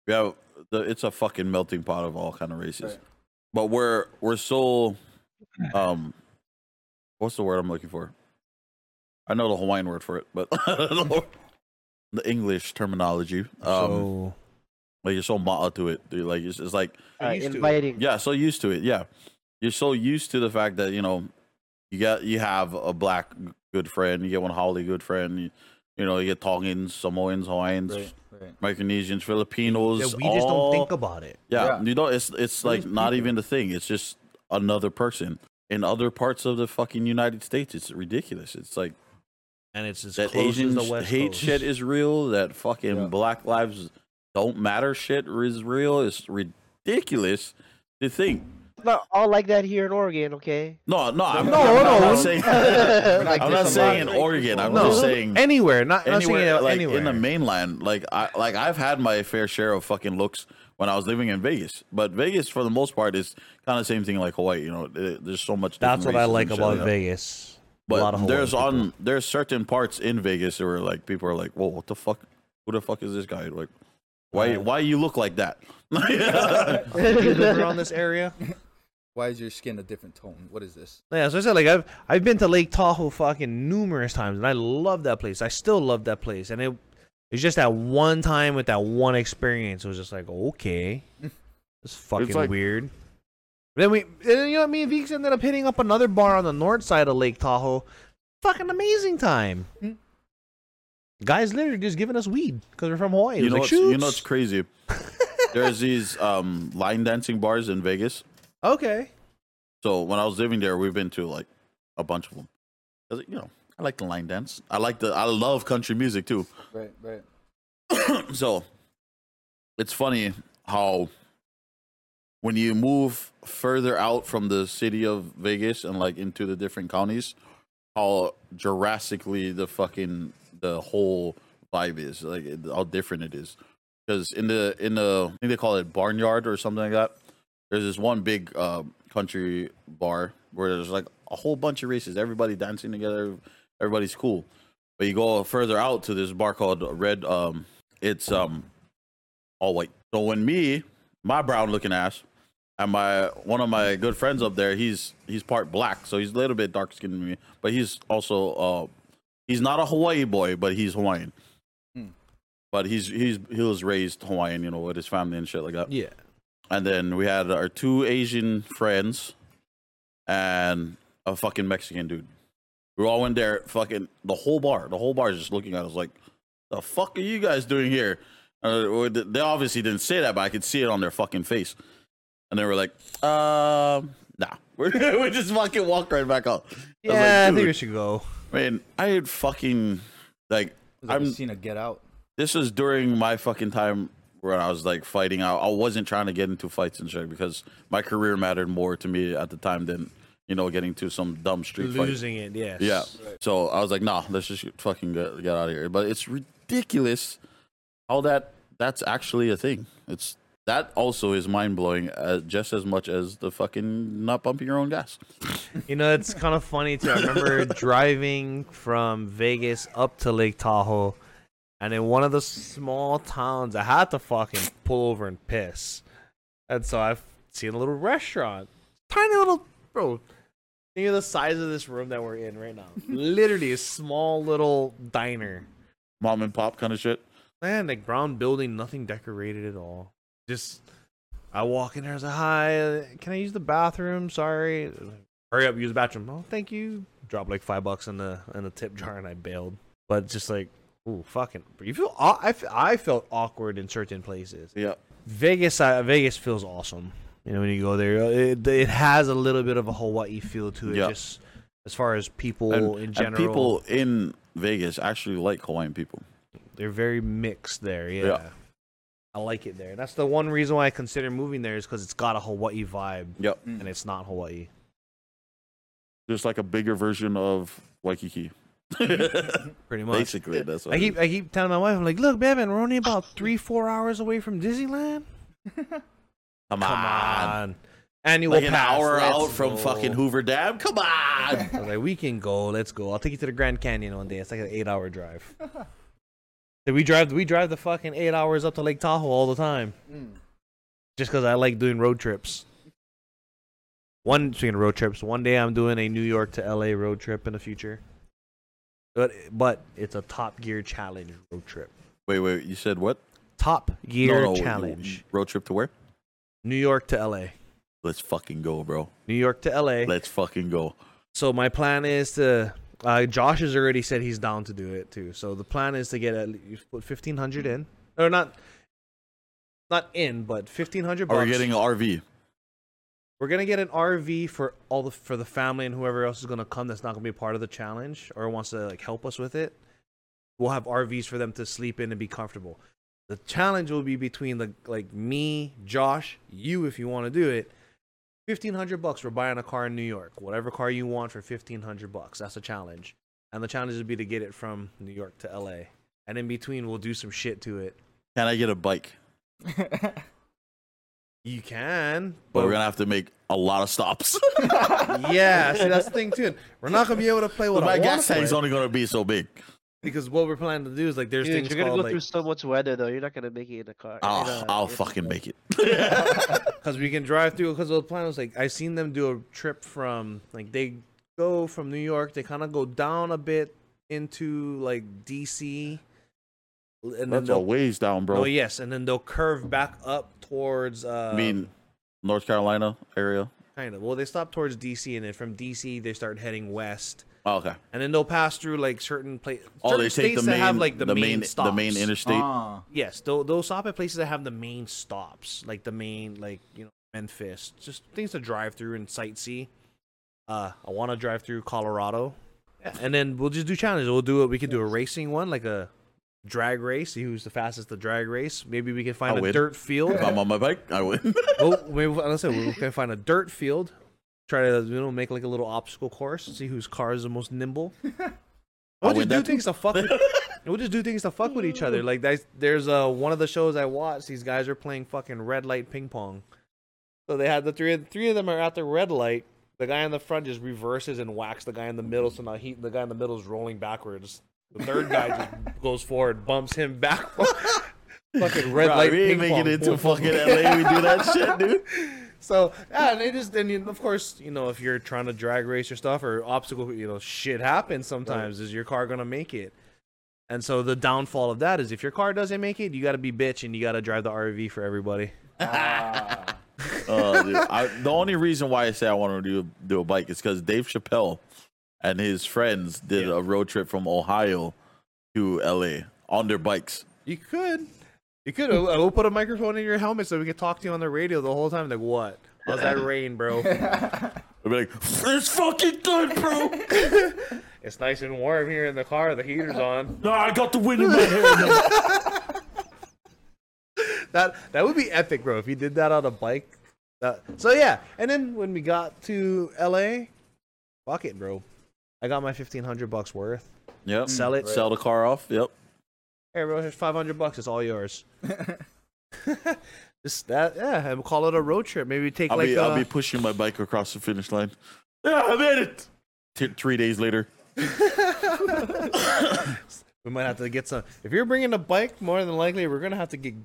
A: we have the, it's a fucking melting pot of all kind of races,
D: Right.
A: but we're we're so um, what's the word I'm looking for? I know the Hawaiian word for it, but the English terminology. Um,
B: So,
A: like you're so ma'a to it, dude. Like it's, it's like
B: I'm
C: Uh,
B: used to it.
C: inviting.
A: yeah, so used to it. Yeah, you're so used to the fact that you know you got you have a black good friend, you get one Holly good friend, you, you know you get Tongans, Samoans, Hawaiians,
D: Right, right.
A: Micronesians, Filipinos.
B: yeah, we just don't
A: all-
B: think about it.
A: yeah,
D: Yeah.
A: you know it's it's
D: We're
A: like
D: just
A: not
D: people.
A: even the thing. It's just another person. In other parts of the fucking United States, it's ridiculous. It's like
B: And it's as
A: that
B: close as
A: Asian
B: the West
A: hate
B: Coast.
A: shit is real. That fucking
D: Yeah.
A: Black Lives Don't Matter shit is real. It's ridiculous to think.
C: It's not all Oh, like that here in Oregon, okay?
A: No, no, I'm,
D: No,
A: no,
B: no,
A: I'm not
B: no.
A: saying.
C: Like,
A: I'm
D: there's
A: not
D: a
A: saying in
D: lot-
A: Oregon. I'm
B: No.
A: just saying
B: anywhere, not, not saying
A: anywhere,
B: it
A: like
B: anywhere.
A: in the mainland. Like I, like I've had my fair share of fucking looks when I was living in Vegas. But Vegas, for the most part, is kind of the same thing like Hawaii. You know, there- there's so much.
B: That's
A: different
B: what I
A: races
B: like
A: and shit,
B: about
A: you know.
B: Vegas.
A: But
B: a lot of
A: there's
B: Hawaiian
A: on there's certain parts in Vegas where like people are like, "Whoa, what the fuck? Who the fuck is this guy? Like, why why you look like that?"
B: people. You live around this area.
D: Why is your skin a different tone? What is this?
B: Yeah, so I said like I've I've been to Lake Tahoe fucking numerous times, and I love that place. I still love that place, and it it's just that one time with that one experience it was just like okay, it's fucking
A: like-
B: weird. Then we, and then, you know, what me and Veeks ended up hitting up another bar on the north side of Lake Tahoe. Fucking amazing time.
A: Hmm.
B: Guys, literally just giving us weed because we're from Hawaii.
A: you
B: It was
A: know,
B: like,
A: what's, you know,
B: "Shoots."
A: it's crazy. There's these um, line dancing bars in Vegas.
B: Okay.
A: So when I was living there, we've been to like a bunch of them. 'Cause, you know, I like the line dance. I like the. I love country music too.
D: Right, right.
A: so it's funny how when you move further out from the city of Vegas and like into the different counties, how drastically the fucking the whole vibe is like it- how different it is. Because in the in the I think they call it barnyard or something like that. There's this one big uh, country bar where there's like a whole bunch of races, everybody dancing together, everybody's cool. But you go further out to this bar called Red. Um, it's um all white. So when me, my brown looking ass, and my one of my good friends up there, he's he's part black, so he's a little bit dark skinned than me, but he's also uh he's not a Hawaii boy, but he's Hawaiian.
D: Hmm.
A: But he's he's he was raised Hawaiian, you know, with his family and shit like that.
B: Yeah.
A: And then we had our two Asian friends and a fucking Mexican dude. We all went there, fucking the whole bar. The whole bar is just looking at us like, the fuck are you guys doing here? Uh, or th- they obviously didn't say that, but I could see it on their fucking face. And they were like, um, nah. we just fucking walked right back out. I was like,
B: Yeah, I, think
A: "Dude."
B: we should go.
A: Man, I had fucking like
D: It was like
A: I'm-
D: a scene of Get Out.
A: this was during my fucking time when I was like fighting. I, I wasn't trying to get into fights and shit because my career mattered more to me at the time than you know getting to some dumb street fight.
B: Losing it, yes.
A: Yeah. So I was like, nah, let's just fucking get, get out of here. But it's ridiculous how that that's actually a thing. It's that also is mind blowing uh, just as much as the fucking not pumping your own gas.
B: You know, it's kind of funny too. I remember driving from Vegas up to Lake Tahoe, and in one of the small towns, I had to fucking pull over and piss. And so I've seen a little restaurant, tiny little bro. Think of the size of this room that we're in right now. Literally a small little diner.
A: Mom and pop kind of shit.
B: Man, like brown building, nothing decorated at all. Just I walk in there, I was like, "Hi, uh, can I use the bathroom? Sorry, hurry up, use the bathroom." Oh, thank you. Drop like five bucks in the in the tip jar, and I bailed. But just like, ooh, fucking, you feel aw- I, fe- I felt awkward in certain places.
A: Yeah.
B: Vegas, uh, Vegas feels awesome. You know, when you go there, uh, it, it has a little bit of a Hawaii feel to it,
A: Yeah.
B: just as far as people
A: And,
B: in
A: and
B: general.
A: people in Vegas actually like Hawaiian people.
B: they're very mixed there. Yeah.
A: Yeah.
B: I like it there. That's the one reason why I consider moving there is because it's got a Hawaii vibe,
A: Yep.
B: and it's not Hawaii.
A: just like a bigger version of Waikiki.
B: Pretty much.
A: Basically, that's what
B: I
A: it
B: keep
A: is.
B: I keep telling my wife, I'm like, look, Batman, we're only about three, four hours away from Disneyland.
A: Come
B: Come
A: on,
B: on. Annual
A: like an
B: pass,
A: hour
B: let's
A: out from
B: go.
A: fucking Hoover Dam. Come on,
B: I was like, we can go, let's go. I'll take you to the Grand Canyon one day. It's like an eight hour drive. Did we drive we drive the fucking eight hours up to Lake Tahoe all the time.
D: Mm.
B: just because I like doing road trips. One speaking of road trips, one day I'm doing a New York to LA road trip in the future. But but it's a Top Gear challenge road trip.
A: wait, wait. You said what?
B: Top Gear
A: No, no,
B: challenge,
A: Road trip to where?
B: New York to LA,
A: Let's fucking go, bro.
B: New York to LA.
A: Let's fucking go.
B: So my plan is to. Uh, Josh has already said he's down to do it too. So the plan is to get at least put fifteen hundred in, or not, not in, but fifteen hundred.
A: Are we getting an RV?
B: We're gonna get an RV for all the for the family and whoever else is gonna come that's not gonna be part of the challenge or wants to like help us with it. We'll have RVs for them to sleep in and be comfortable. The challenge will be between the like me, Josh, you if you want to do it. Fifteen hundred bucks. We're buying a car in New York. Whatever car you want for fifteen hundred bucks. That's the challenge. And the challenge would be to get it from New York to LA. And in between, we'll do some shit to it.
A: Can I get a bike?
B: You can,
A: But we're gonna have to make a lot of stops.
B: yeah, see that's the thing too. We're not gonna be able to play what
A: My
B: I want
A: gas
B: to play
A: tank's only gonna be so big.
B: because what we're planning to do is like there's
C: Dude,
B: things
C: you're gonna
B: called
C: go
B: like Ah,
C: through so much weather though. You're not gonna make it in a car.
A: I'll,
C: in a-
A: Ah, I'll
C: in a-
A: fucking make it.
B: because we can drive through because the plan was like I've seen them do a trip from like they go from New York, they kind of go down a bit into like DC, and then
A: That's a
B: they'll,
A: ways down, bro.
B: oh yes, and then they'll curve back up towards uh,
A: I mean, North Carolina area.
B: kind of well they stop towards DC and then from DC they start heading west.
A: Oh, okay.
B: And then they'll pass through like certain places.
A: Oh, they take the main,
B: have like the, main,
A: the main
B: stops.
A: interstate.
D: Ah.
B: Yes, they'll they'll stop at places that have the main stops, like the main, like you know, Memphis, just things to drive through and sightsee. Uh, I want to drive through Colorado. and then we'll just do challenges. We'll do it. We can do a racing one, like a drag race. See who's the fastest the drag race. Maybe we can find
A: I'll
B: a
A: win.
B: dirt field.
A: If I'm on my bike, I win.
B: oh, maybe like I said, we can find a dirt field. Try to you know make like a little obstacle course. See whose car is the most nimble.
A: I'll
B: We'll
A: win
B: just do
A: that too.
B: things to fuck. With, we'll just do things to fuck with each other. Like that's, there's uh one of the shows I watched. These guys are playing fucking red light ping pong. So they had the three three of them are at the red light. The guy in the front just reverses and whacks the guy in the middle. So now he the guy in the middle is rolling backwards. The third guy just goes forward, bumps him back. fucking red
A: Bro,
B: light
A: we ain't
B: ping pong.
A: making it to
B: Boom,
A: fucking LA. We do that shit, dude.
B: so yeah, and they just and you, of course you know if you're trying to drag race or stuff or obstacle you know shit happens sometimes is your car gonna make it and so the downfall of that is if your car doesn't make it you gotta be bitch and you gotta drive the rv for everybody
D: Ah.
A: Uh, dude, I, the only reason why I say I want to do do a bike is because Dave Chappelle and his friends did a road trip from Ohio to LA on their bikes.
B: you could you could we'll we'll put a microphone in your helmet so we can talk to you on the radio the whole time like what how's that rain bro
A: I'd be like, "It's fucking good, bro.
B: it's nice and warm here in the car the heater's on
A: Nah, I got the wind in my hair." now."
B: that that would be epic, bro. If you did that on a bike. That, so yeah, and then when we got to LA, fuck it, bro. I got my fifteen hundred bucks worth.
A: Yep.
B: Sell it.
A: Sell the car off. Yep.
B: Hey, bro, here's five hundred bucks. It's all yours. Just that, yeah. And we'll call it a road trip. Maybe take
A: I'll
B: like
A: be
B: uh,
A: I'll be pushing my bike across the finish line. Yeah, I made it. T- three days later.
B: we might have to get some. If you're bringing a bike, more than likely we're gonna have to get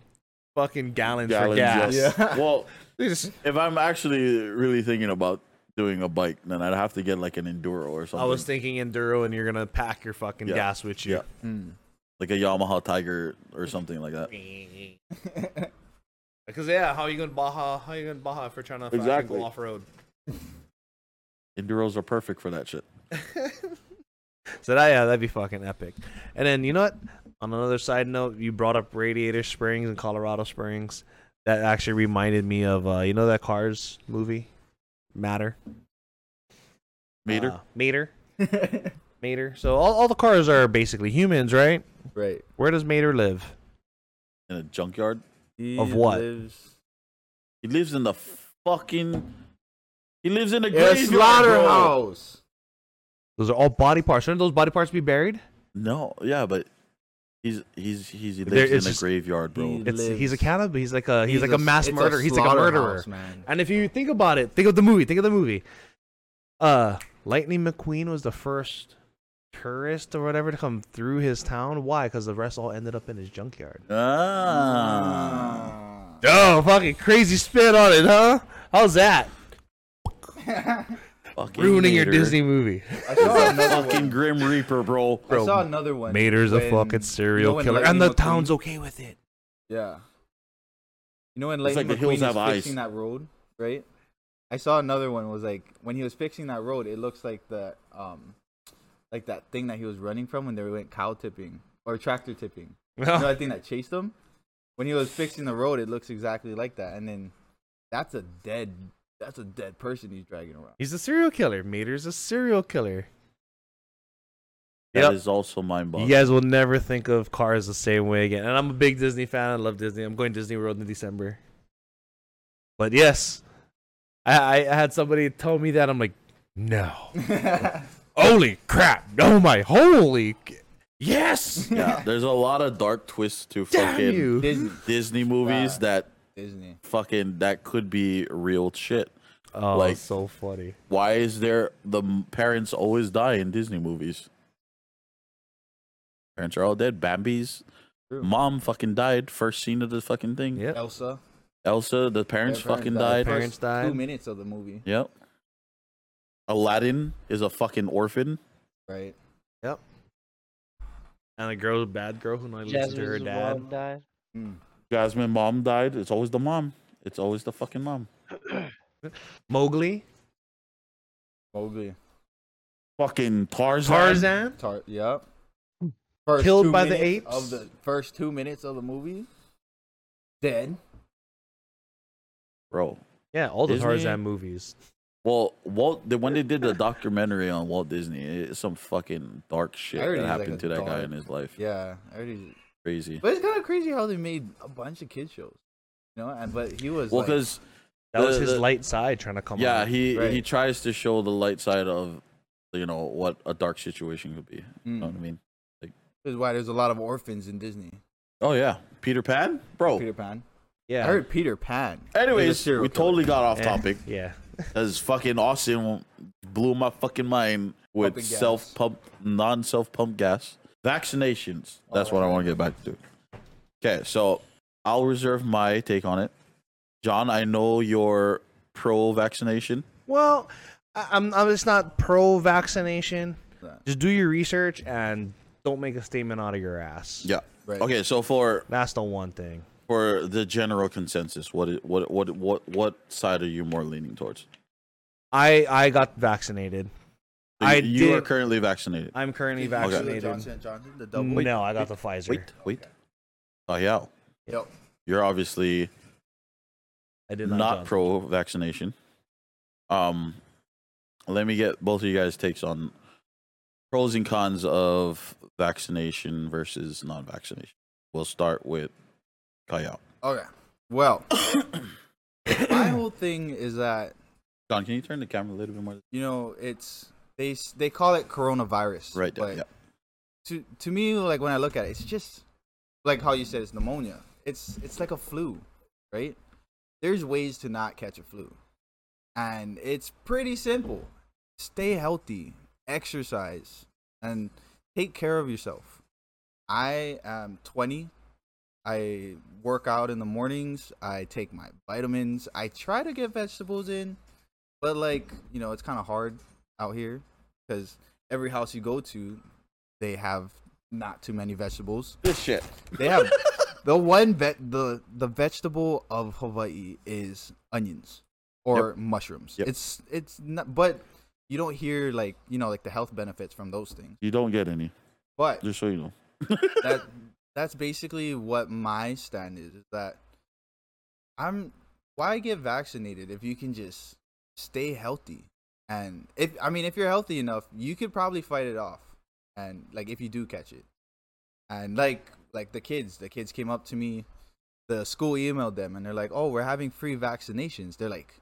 B: fucking gallons, for
A: Gallons,
B: gas.
A: yes.
D: Yeah.
A: Well,
B: Just-
A: if I'm actually really thinking about doing a bike, then I'd have to get like an enduro or something.
B: I was thinking enduro, and you're gonna pack your fucking
A: Yeah.
B: gas with you.
A: Yeah.
D: Mm.
A: like a Yamaha Tiger or something like that.
B: Because yeah, how you going to Baja? How you going to Baja if we're trying to fucking
A: Exactly.
B: go off road?
A: Enduros are perfect for that shit.
B: So that yeah, that'd be fucking epic. And then you know what? On another side note, you brought up Radiator Springs and Colorado Springs. That actually reminded me of uh, you know that Cars movie, Matter.
A: Meter.
B: Uh, Mater. Mater. So all, all the cars are basically humans, right?
D: right.
B: Where does Mater live?
A: in a junkyard.
D: He
B: Of what?
D: lives-
A: He lives in the fucking. He lives in a
D: A
A: graveyard. bro.
D: slaughterhouse.
B: Those are all body parts. Shouldn't those body parts be buried?
A: No, yeah, but he's he's he's he lives
B: There-
A: in a
B: it's just-
A: graveyard, bro.
D: He
B: It's, he's a
D: lives-
B: cannibal. He's like a he's, like a, mass
D: it's
B: murderer. he's like a murderer.
D: slaughterhouse, man.
B: And if you think about it, think of the movie. Think of the movie. Uh, Lightning McQueen was the first tourist or whatever to come through his town. Why? Because the rest all ended up in his junkyard.
A: Ah,
B: Oh, fucking crazy spin on it, huh? How's that?
A: fucking
B: Ruining your
A: Mater.
B: Disney movie.
D: I saw another one.
A: Fucking Grim Reaper, bro.
D: I saw another one.
B: Mater's a
D: when-
B: fucking serial
D: you know when
B: killer, and the
D: Lightning
B: town's
D: McQueen-
B: okay with it.
D: Yeah. You know when
A: It's
D: Lightning
A: like the
D: McQueen
A: hills
D: is
A: have eyes.
D: fixing that road, right? I saw another one was like when he was fixing that road, it looks like the um, like that thing that he was running from when they went cow tipping or tractor tipping. You
A: Ah.
D: know that thing that chased him? When he was fixing the road, it looks exactly like that. And then that's a dead, that's a dead person he's dragging around.
B: He's a serial killer. Mater's a serial killer.
A: That is
B: Yep.
A: also mind boggling.
B: You guys will never think of cars the same way again. And I'm a big Disney fan. I love Disney. I'm going Disney World in December. But yes, I, I I had somebody tell me that. I'm like, no. holy crap. Oh my, holy. c- Yes.
A: Yeah, there's a lot of dark twists to
B: Damn
A: fucking
B: you.
D: Disney,
A: Disney movies
D: Yeah.
A: that
D: Disney.
A: fucking that could be real shit.
B: Oh,
A: Like-
B: so funny.
A: Why is there the m- parents always die in Disney movies? Parents are all dead. Bambi's
D: True.
A: mom fucking died. First scene of the fucking thing.
B: Yep.
D: Elsa.
A: Elsa, the parents
D: Their parents
A: fucking
D: died.
A: died.
B: Parents-
D: First
B: died.
D: Two minutes of the movie,
A: Yep. Aladdin is a fucking orphan.
D: right?
B: And the girl, bad girl who not listened to her
C: Jasmine's
B: dad.
C: mom died.
D: Mm.
A: Jasmine mom died. It's always the mom. It's always the fucking mom.
B: Mowgli.
D: Mowgli.
A: Fucking Tarzan.
B: Tarzan.
D: Tar- yep. First
B: Killed
D: two
B: by the
D: minutes
B: apes?
D: Of the first two minutes of the movie, dead.
A: Bro,
B: Yeah, all the
A: Disney.
B: Tarzan movies.
A: Well, Walt, the- when they did the documentary on Walt Disney, it's some fucking dark shit
D: I heard
A: that
D: he's, like,
A: happened
D: a
A: to that guy in
D: dark-
A: his life.
D: Yeah, I already.
A: Crazy.
D: But it's kind of crazy how they made a bunch of kid shows, you know. And but he was
A: Well,
D: like-
A: because
B: That was
A: The-
B: his
A: the-
B: light side trying to come.
A: yeah,
B: out.
A: he he
D: Right.
A: tries to show the light side of you know what a dark situation could be. You know what I
D: mm,
A: mean?
D: this is why there's a lot of orphans in Disney.
A: Oh yeah, Peter Pan, bro.
D: Peter Pan.
B: yeah,
D: I heard Peter Pan. He's a
A: Oh. Anyways,
D: serial
A: we
D: killer.
A: totally got off
B: Eh,
A: topic
B: Yeah,
A: because fucking Austin blew my fucking mind with
D: Pumping gas.
A: self pump, non self pump gas vaccinations. That's
D: Oh,
A: what I
D: right.
A: want to get back to. Okay, so I'll reserve my take on it. John, I know you're pro vaccination.
B: Well, I- I'm I'm just not pro vaccination.
D: Yeah.
B: Just do your research and don't make a statement out of your ass.
A: Yeah.
D: Right.
A: Okay, so for
B: That's the one thing.
A: for the general consensus, what i- what what what what side are you more leaning towards?
B: I I got vaccinated.
A: So
B: I
A: you, you are
B: did-
A: currently vaccinated.
B: I'm currently
D: Did you see the
B: vaccinated.
D: Johnson and Johnson, the double.
A: Wait,
B: No, I got the Pfizer.
A: Wait, wait. Oh yeah,
D: Yep.
A: you're obviously
B: I did not.
A: not
B: Johnson.
A: pro vaccination. Um, let me get both of you guys' takes on pros and cons of vaccination versus non-vaccination. We'll start with Kyle.
D: Okay. Well, my whole thing is that
A: John, can you turn the camera a little bit more?
D: you know it's they s- they call it coronavirus.
A: Right there.
D: but
A: yeah.
D: To to me, like when I look at it, it's just like how you said it's pneumonia. It's it's like a flu, right? There's ways to not catch a flu, and it's pretty simple. Stay healthy, exercise, and take care of yourself. I am 20. I work out in the mornings. I take my vitamins. I try to get vegetables in, but like, you know, it's kind of hard out here because every house you go to, they have not too many vegetables.
A: This shit.
D: They have the one vet the the vegetable of Hawaii is onions or mushrooms.
A: Yep.
D: It's it's not but you don't hear like, you know, like the health benefits from those things.
A: You don't get any.
D: But
A: Just so you know.
D: that that's basically what my stand is is that i'm why get vaccinated if you can just stay healthy and if i mean if you're healthy enough you could probably fight it off and like if you do catch it and like like the kids the kids came up to me the school emailed them and they're like oh we're having free vaccinations they're like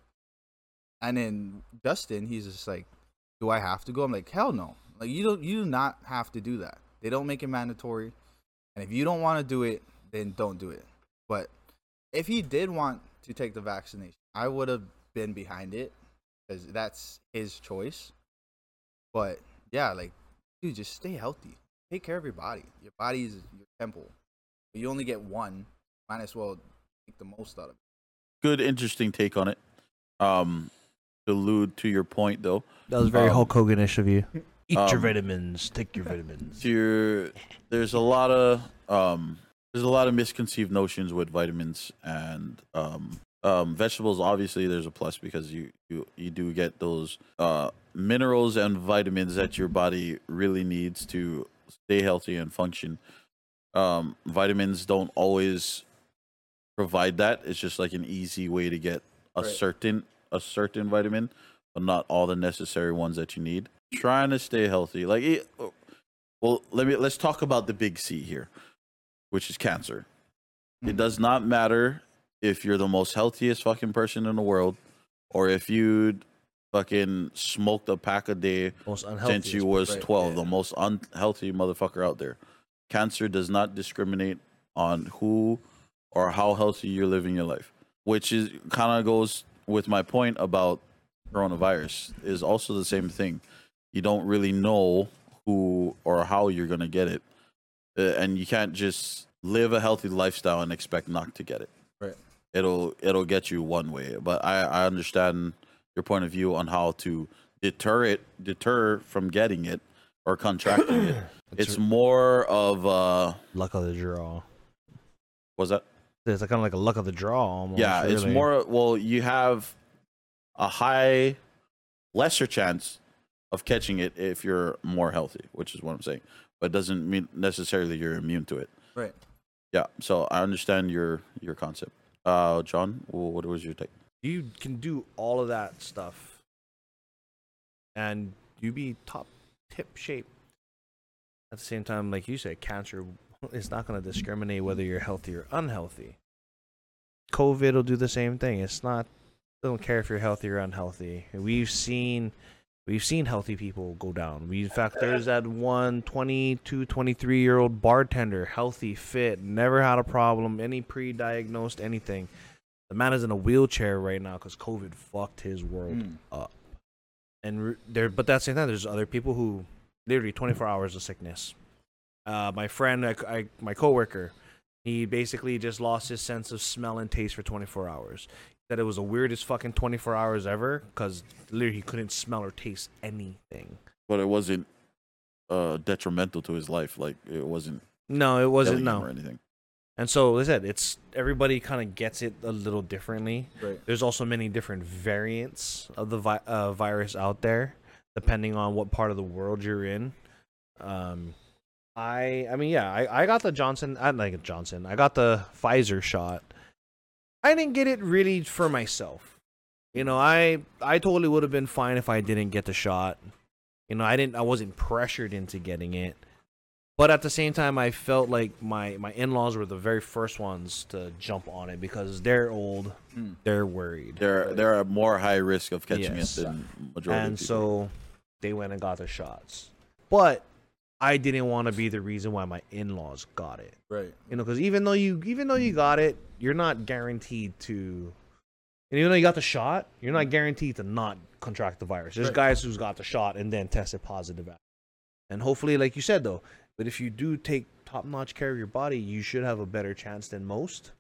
D: and then Dustin, he's just like, "Do I have to go?" I'm like, "Hell no! Like you don't, you do not have to do that. They don't make it mandatory, and if you don't want to do it, then don't do it." But if he did want to take the vaccination, I would have been behind it because that's his choice. But yeah, like, dude, just stay healthy. Take care of your body. Your body is your temple. You only get one. Might as well make the most out of it.
A: Good, interesting take on it. Um, to allude to your point though,
B: That was very
A: Um,
B: Hulk Hogan-ish of you. Eat your
A: um,
B: vitamins. Take your vitamins.
A: to your, there's a lot of um, there's a lot of misconceived notions with vitamins and um, um, vegetables. Obviously, there's a plus because you you you do get those uh, minerals and vitamins that your body really needs to stay healthy and function. Um, vitamins don't always provide that. It's just like an easy way to get a
D: Right.
A: certain a certain vitamin, but not all the necessary ones that you need. Trying to stay healthy, like it, well, let me let's talk about the big C here, which is cancer. It
D: Mhm.
A: does not matter if you're the most healthiest fucking person in the world, or if you fucking smoked a pack a day
B: Most unhealthy.
A: since you was
D: right,
A: 12 the
D: yeah.
A: most unhealthy motherfucker out there cancer does not discriminate on who or how healthy you're living your life which is kind of goes with my point about coronavirus is also the same thing you don't really know who or how you're going to get it Uh, and you can't just live a healthy lifestyle and expect not to get it
D: Right.
A: it'll it'll get you one way but i i understand your point of view on how to deter it deter from getting it or contracting it it's more of uh
B: luck of the draw.
A: was that
B: It's like kind of like a luck of the draw almost.
A: yeah it's
B: really.
A: more well you have a high lesser chance of catching it if you're more healthy which is what i'm saying but doesn't mean necessarily you're immune to it
D: Right.
A: yeah so i understand your your concept uh john wh- what was your take
B: You can do all of that stuff and you be top tip shape. At the same time, like you said, cancer is not going to discriminate whether you're healthy or unhealthy. COVID will do the same thing. It's not. They don't care if you're healthy or unhealthy. We've seen, we've seen healthy people go down. We, in fact, there's that one 22, 23 year old bartender, healthy, fit, never had a problem, any pre-diagnosed anything. The man is in a wheelchair right now because COVID fucked his world
D: Mm.
B: up. And re- there, but that's the thing. There's other people who literally 24 hours of sickness. Uh, my friend, I, I, my coworker, he basically just lost his sense of smell and taste for 24 hours. That it was the weirdest fucking 24 hours ever because literally he couldn't smell or taste anything.
A: But it wasn't uh, detrimental to his life. Like it wasn't
B: No, it wasn't.
A: killing him or
B: No.
A: anything.
B: And so, like I said, it's everybody kind of gets it a little differently.
D: Right.
B: There's also many different variants of the vi- uh, virus out there, depending on what part of the world you're in. Um, I I mean, yeah, I, I got the Johnson. I didn't like Johnson. I got the Pfizer shot. I didn't get it really for myself. You know, I I totally would have been fine if I didn't get the shot. You know, I didn't. I wasn't pressured into getting it. But at the same time, I felt like my, my in laws were the very first ones to jump on it because they're old,
D: Mm.
B: they're worried.
A: They're they're at more high risk of catching
B: Yes.
A: it than majority.
B: and
A: of people.
B: so they went and got the shots. But I didn't want to be the reason why my in laws got it.
D: Right.
B: You know, because even though you even though you got it, you're not guaranteed to. And even though you got the shot, you're not guaranteed to not contract the virus. There's
D: Mm. Right.
B: guys who's got the shot and then tested positive. after. And hopefully, like you said though, but if you do take top notch care of your body, you should have a better chance than most.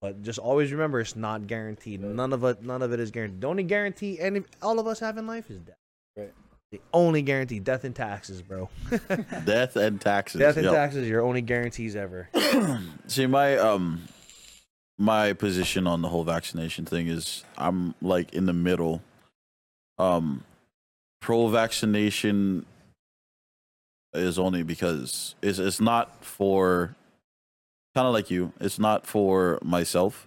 B: But just always remember, it's not guaranteed. None of it, none of it is guaranteed. The only guarantee any all of us have in life is death.
D: Right.
B: The only guarantee, death and taxes, bro.
A: death and taxes.
B: death and
A: yep.
B: taxes, are your only guarantees ever.
A: See, my um, my position on the whole vaccination thing is I'm like in the middle. Um, pro vaccination is only because it's it's not for kind of like you. It's not for myself.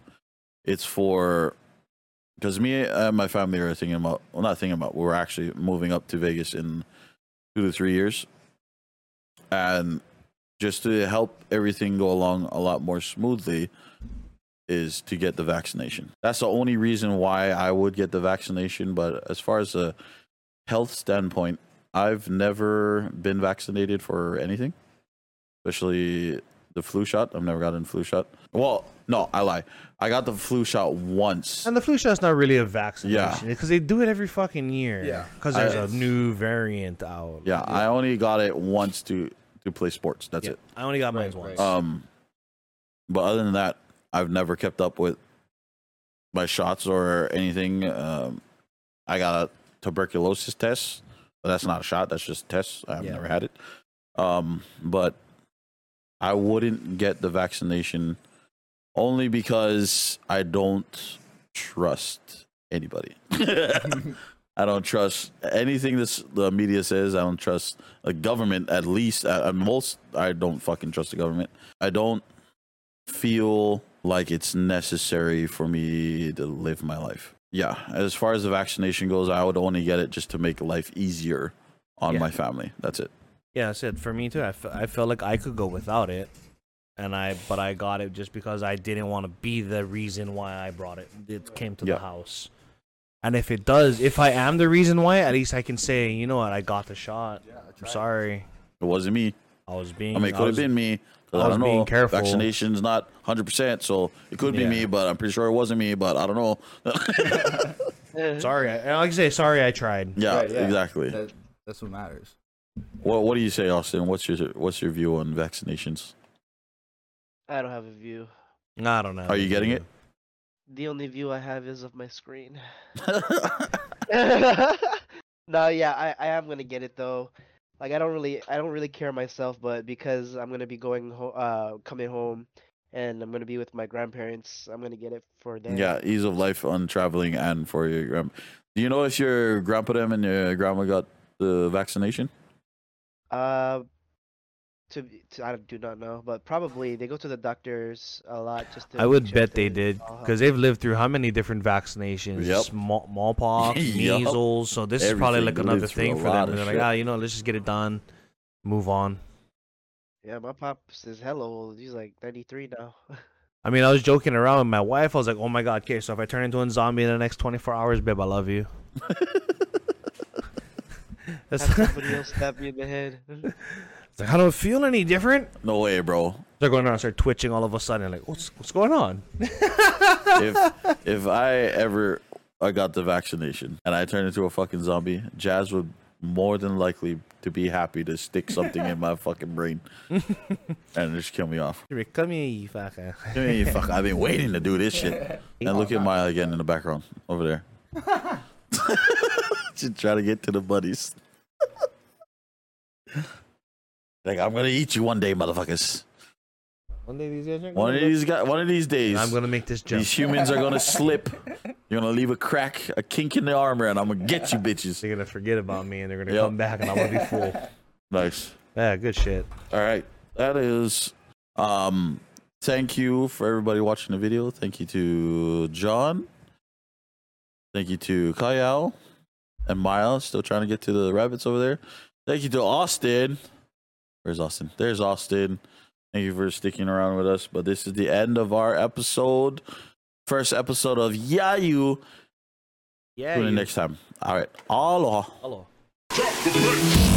A: It's for because me and my family are thinking about well, not thinking about. We're actually moving up to Vegas in two to three years, and just to help everything go along a lot more smoothly is to get the vaccination. That's the only reason why I would get the vaccination. But as far as a health standpoint, I've never been vaccinated for anything, especially the flu shot. I've never gotten flu shot. Well, no, I lie. I got the flu shot once.
B: And the flu shot's not really a vaccination because they do it every fucking year.
D: Yeah.
B: because there's
A: I-
B: a new variant out.
A: Yeah, I only got it once to to play sports. That's
B: Yeah.
A: it.
B: I only got mine
D: Right,
B: once.
D: right.
A: Um, but other than that, I've never kept up with my shots or anything. Um, I got a tuberculosis test, but that's not a shot. That's just a test. I've
D: Yeah.
A: never had it. Um, but I wouldn't get the vaccination only because I don't trust anybody. I don't trust anything this the media says. I don't trust the government. At least, at, at most, I don't fucking trust the government. I don't feel like it's necessary for me to live my life. Yeah, as far as the vaccination goes, I would only get it just to make life easier on
B: Yeah.
A: my family. That's it.
B: Yeah, that's it for me too. I, fe- I felt like I could go without it, and I but I got it just because I didn't want to be the reason why I brought it. It came to
A: Yeah.
B: the house, and if it does, if I am the reason why, at least I can say, you know what, I got the shot. I'm sorry,
A: It wasn't me.
B: I was being.
A: I mean, it could have
B: was-
A: been me. 'cause
B: I
A: I
B: was
A: don't
B: being
A: know.
B: careful.
A: Vaccination's not 100%, so it could
B: Yeah.
A: be me, but I'm pretty sure it wasn't me, but I don't know.
B: Sorry, I, and like I say, sorry, I tried.
A: yeah,
D: Right, yeah.
A: exactly.
D: That, that's what matters.
A: What What do you say, Austin? What's your What's your view on vaccinations?
C: I don't have a view.
B: I don't know.
A: Are you getting it?
C: The only view I have is of my screen. no, yeah, I, I am gonna get it though. Like I don't really I don't really care myself, but because I'm gonna be going ho- uh coming home, and I'm gonna be with my grandparents, I'm gonna get it for them.
A: yeah, ease of life on traveling and for your grand. Do you know if your grandpa them and your grandma got the vaccination?
C: Uh, To, be- to I do not know, but probably they go to the doctors a lot just to.
B: I
C: make
B: would
C: sure
B: bet
C: that
B: they
C: it's
B: did
C: all
B: because they've lived through how many different vaccinations?
A: Yep.
B: Small, smallpox,
A: Yup.
B: measles. So this is probably
A: Everything.
B: like
A: They
B: another
A: lived through
B: thing
A: a
B: for
A: lot
B: them.
A: of
B: They're like,
A: shit.
B: ah, you know, let's just get it done, move on.
C: Yeah, my pops is hella old. He's like 93 now.
B: I mean, I was joking around with my wife. I was like, oh my god, okay, so if I turn into a zombie in the next 24 hours, babe, I love you.
C: Have
B: That's
C: somebody else stab me in the head.
B: It's like, I don't feel any different.
A: No way, bro.
B: They're going around, and start twitching all of a sudden. Like, what's what's going on?
A: if if I ever I got the vaccination and I turned into a fucking zombie, Jazz would more than likely to be happy to stick something in my fucking brain and just kill me off.
B: Come here, come here, you fucker.
A: Hey, fuck, I've been waiting to do this shit. And look at Maya again in the background over there. She's trying to get to the buddies. like I'm gonna eat you one day, motherfuckers.
B: One day these guys are
A: One of
B: gonna-
A: these guys, one of these days.
B: I'm gonna make this jump.
A: These humans are gonna slip. You're gonna leave a crack, a kink in the armor, and I'm gonna get you bitches.
B: They're gonna forget about me and they're gonna
A: Yep.
B: come back and I'm gonna be full.
A: Nice.
B: Yeah, good shit.
A: All right. That is. Um. Thank you for everybody watching the video. Thank you to John. Thank you to Kyle and Miles. Still trying to get to the rabbits over there. Thank you to Austin. Where's Austin? There's Austin. Thank you for sticking around with us. But this is the end of our episode. First episode of Yayu.
B: Yeah.
A: Tune in next time. All right. Aloha.
B: Hello.
F: Drop the mic.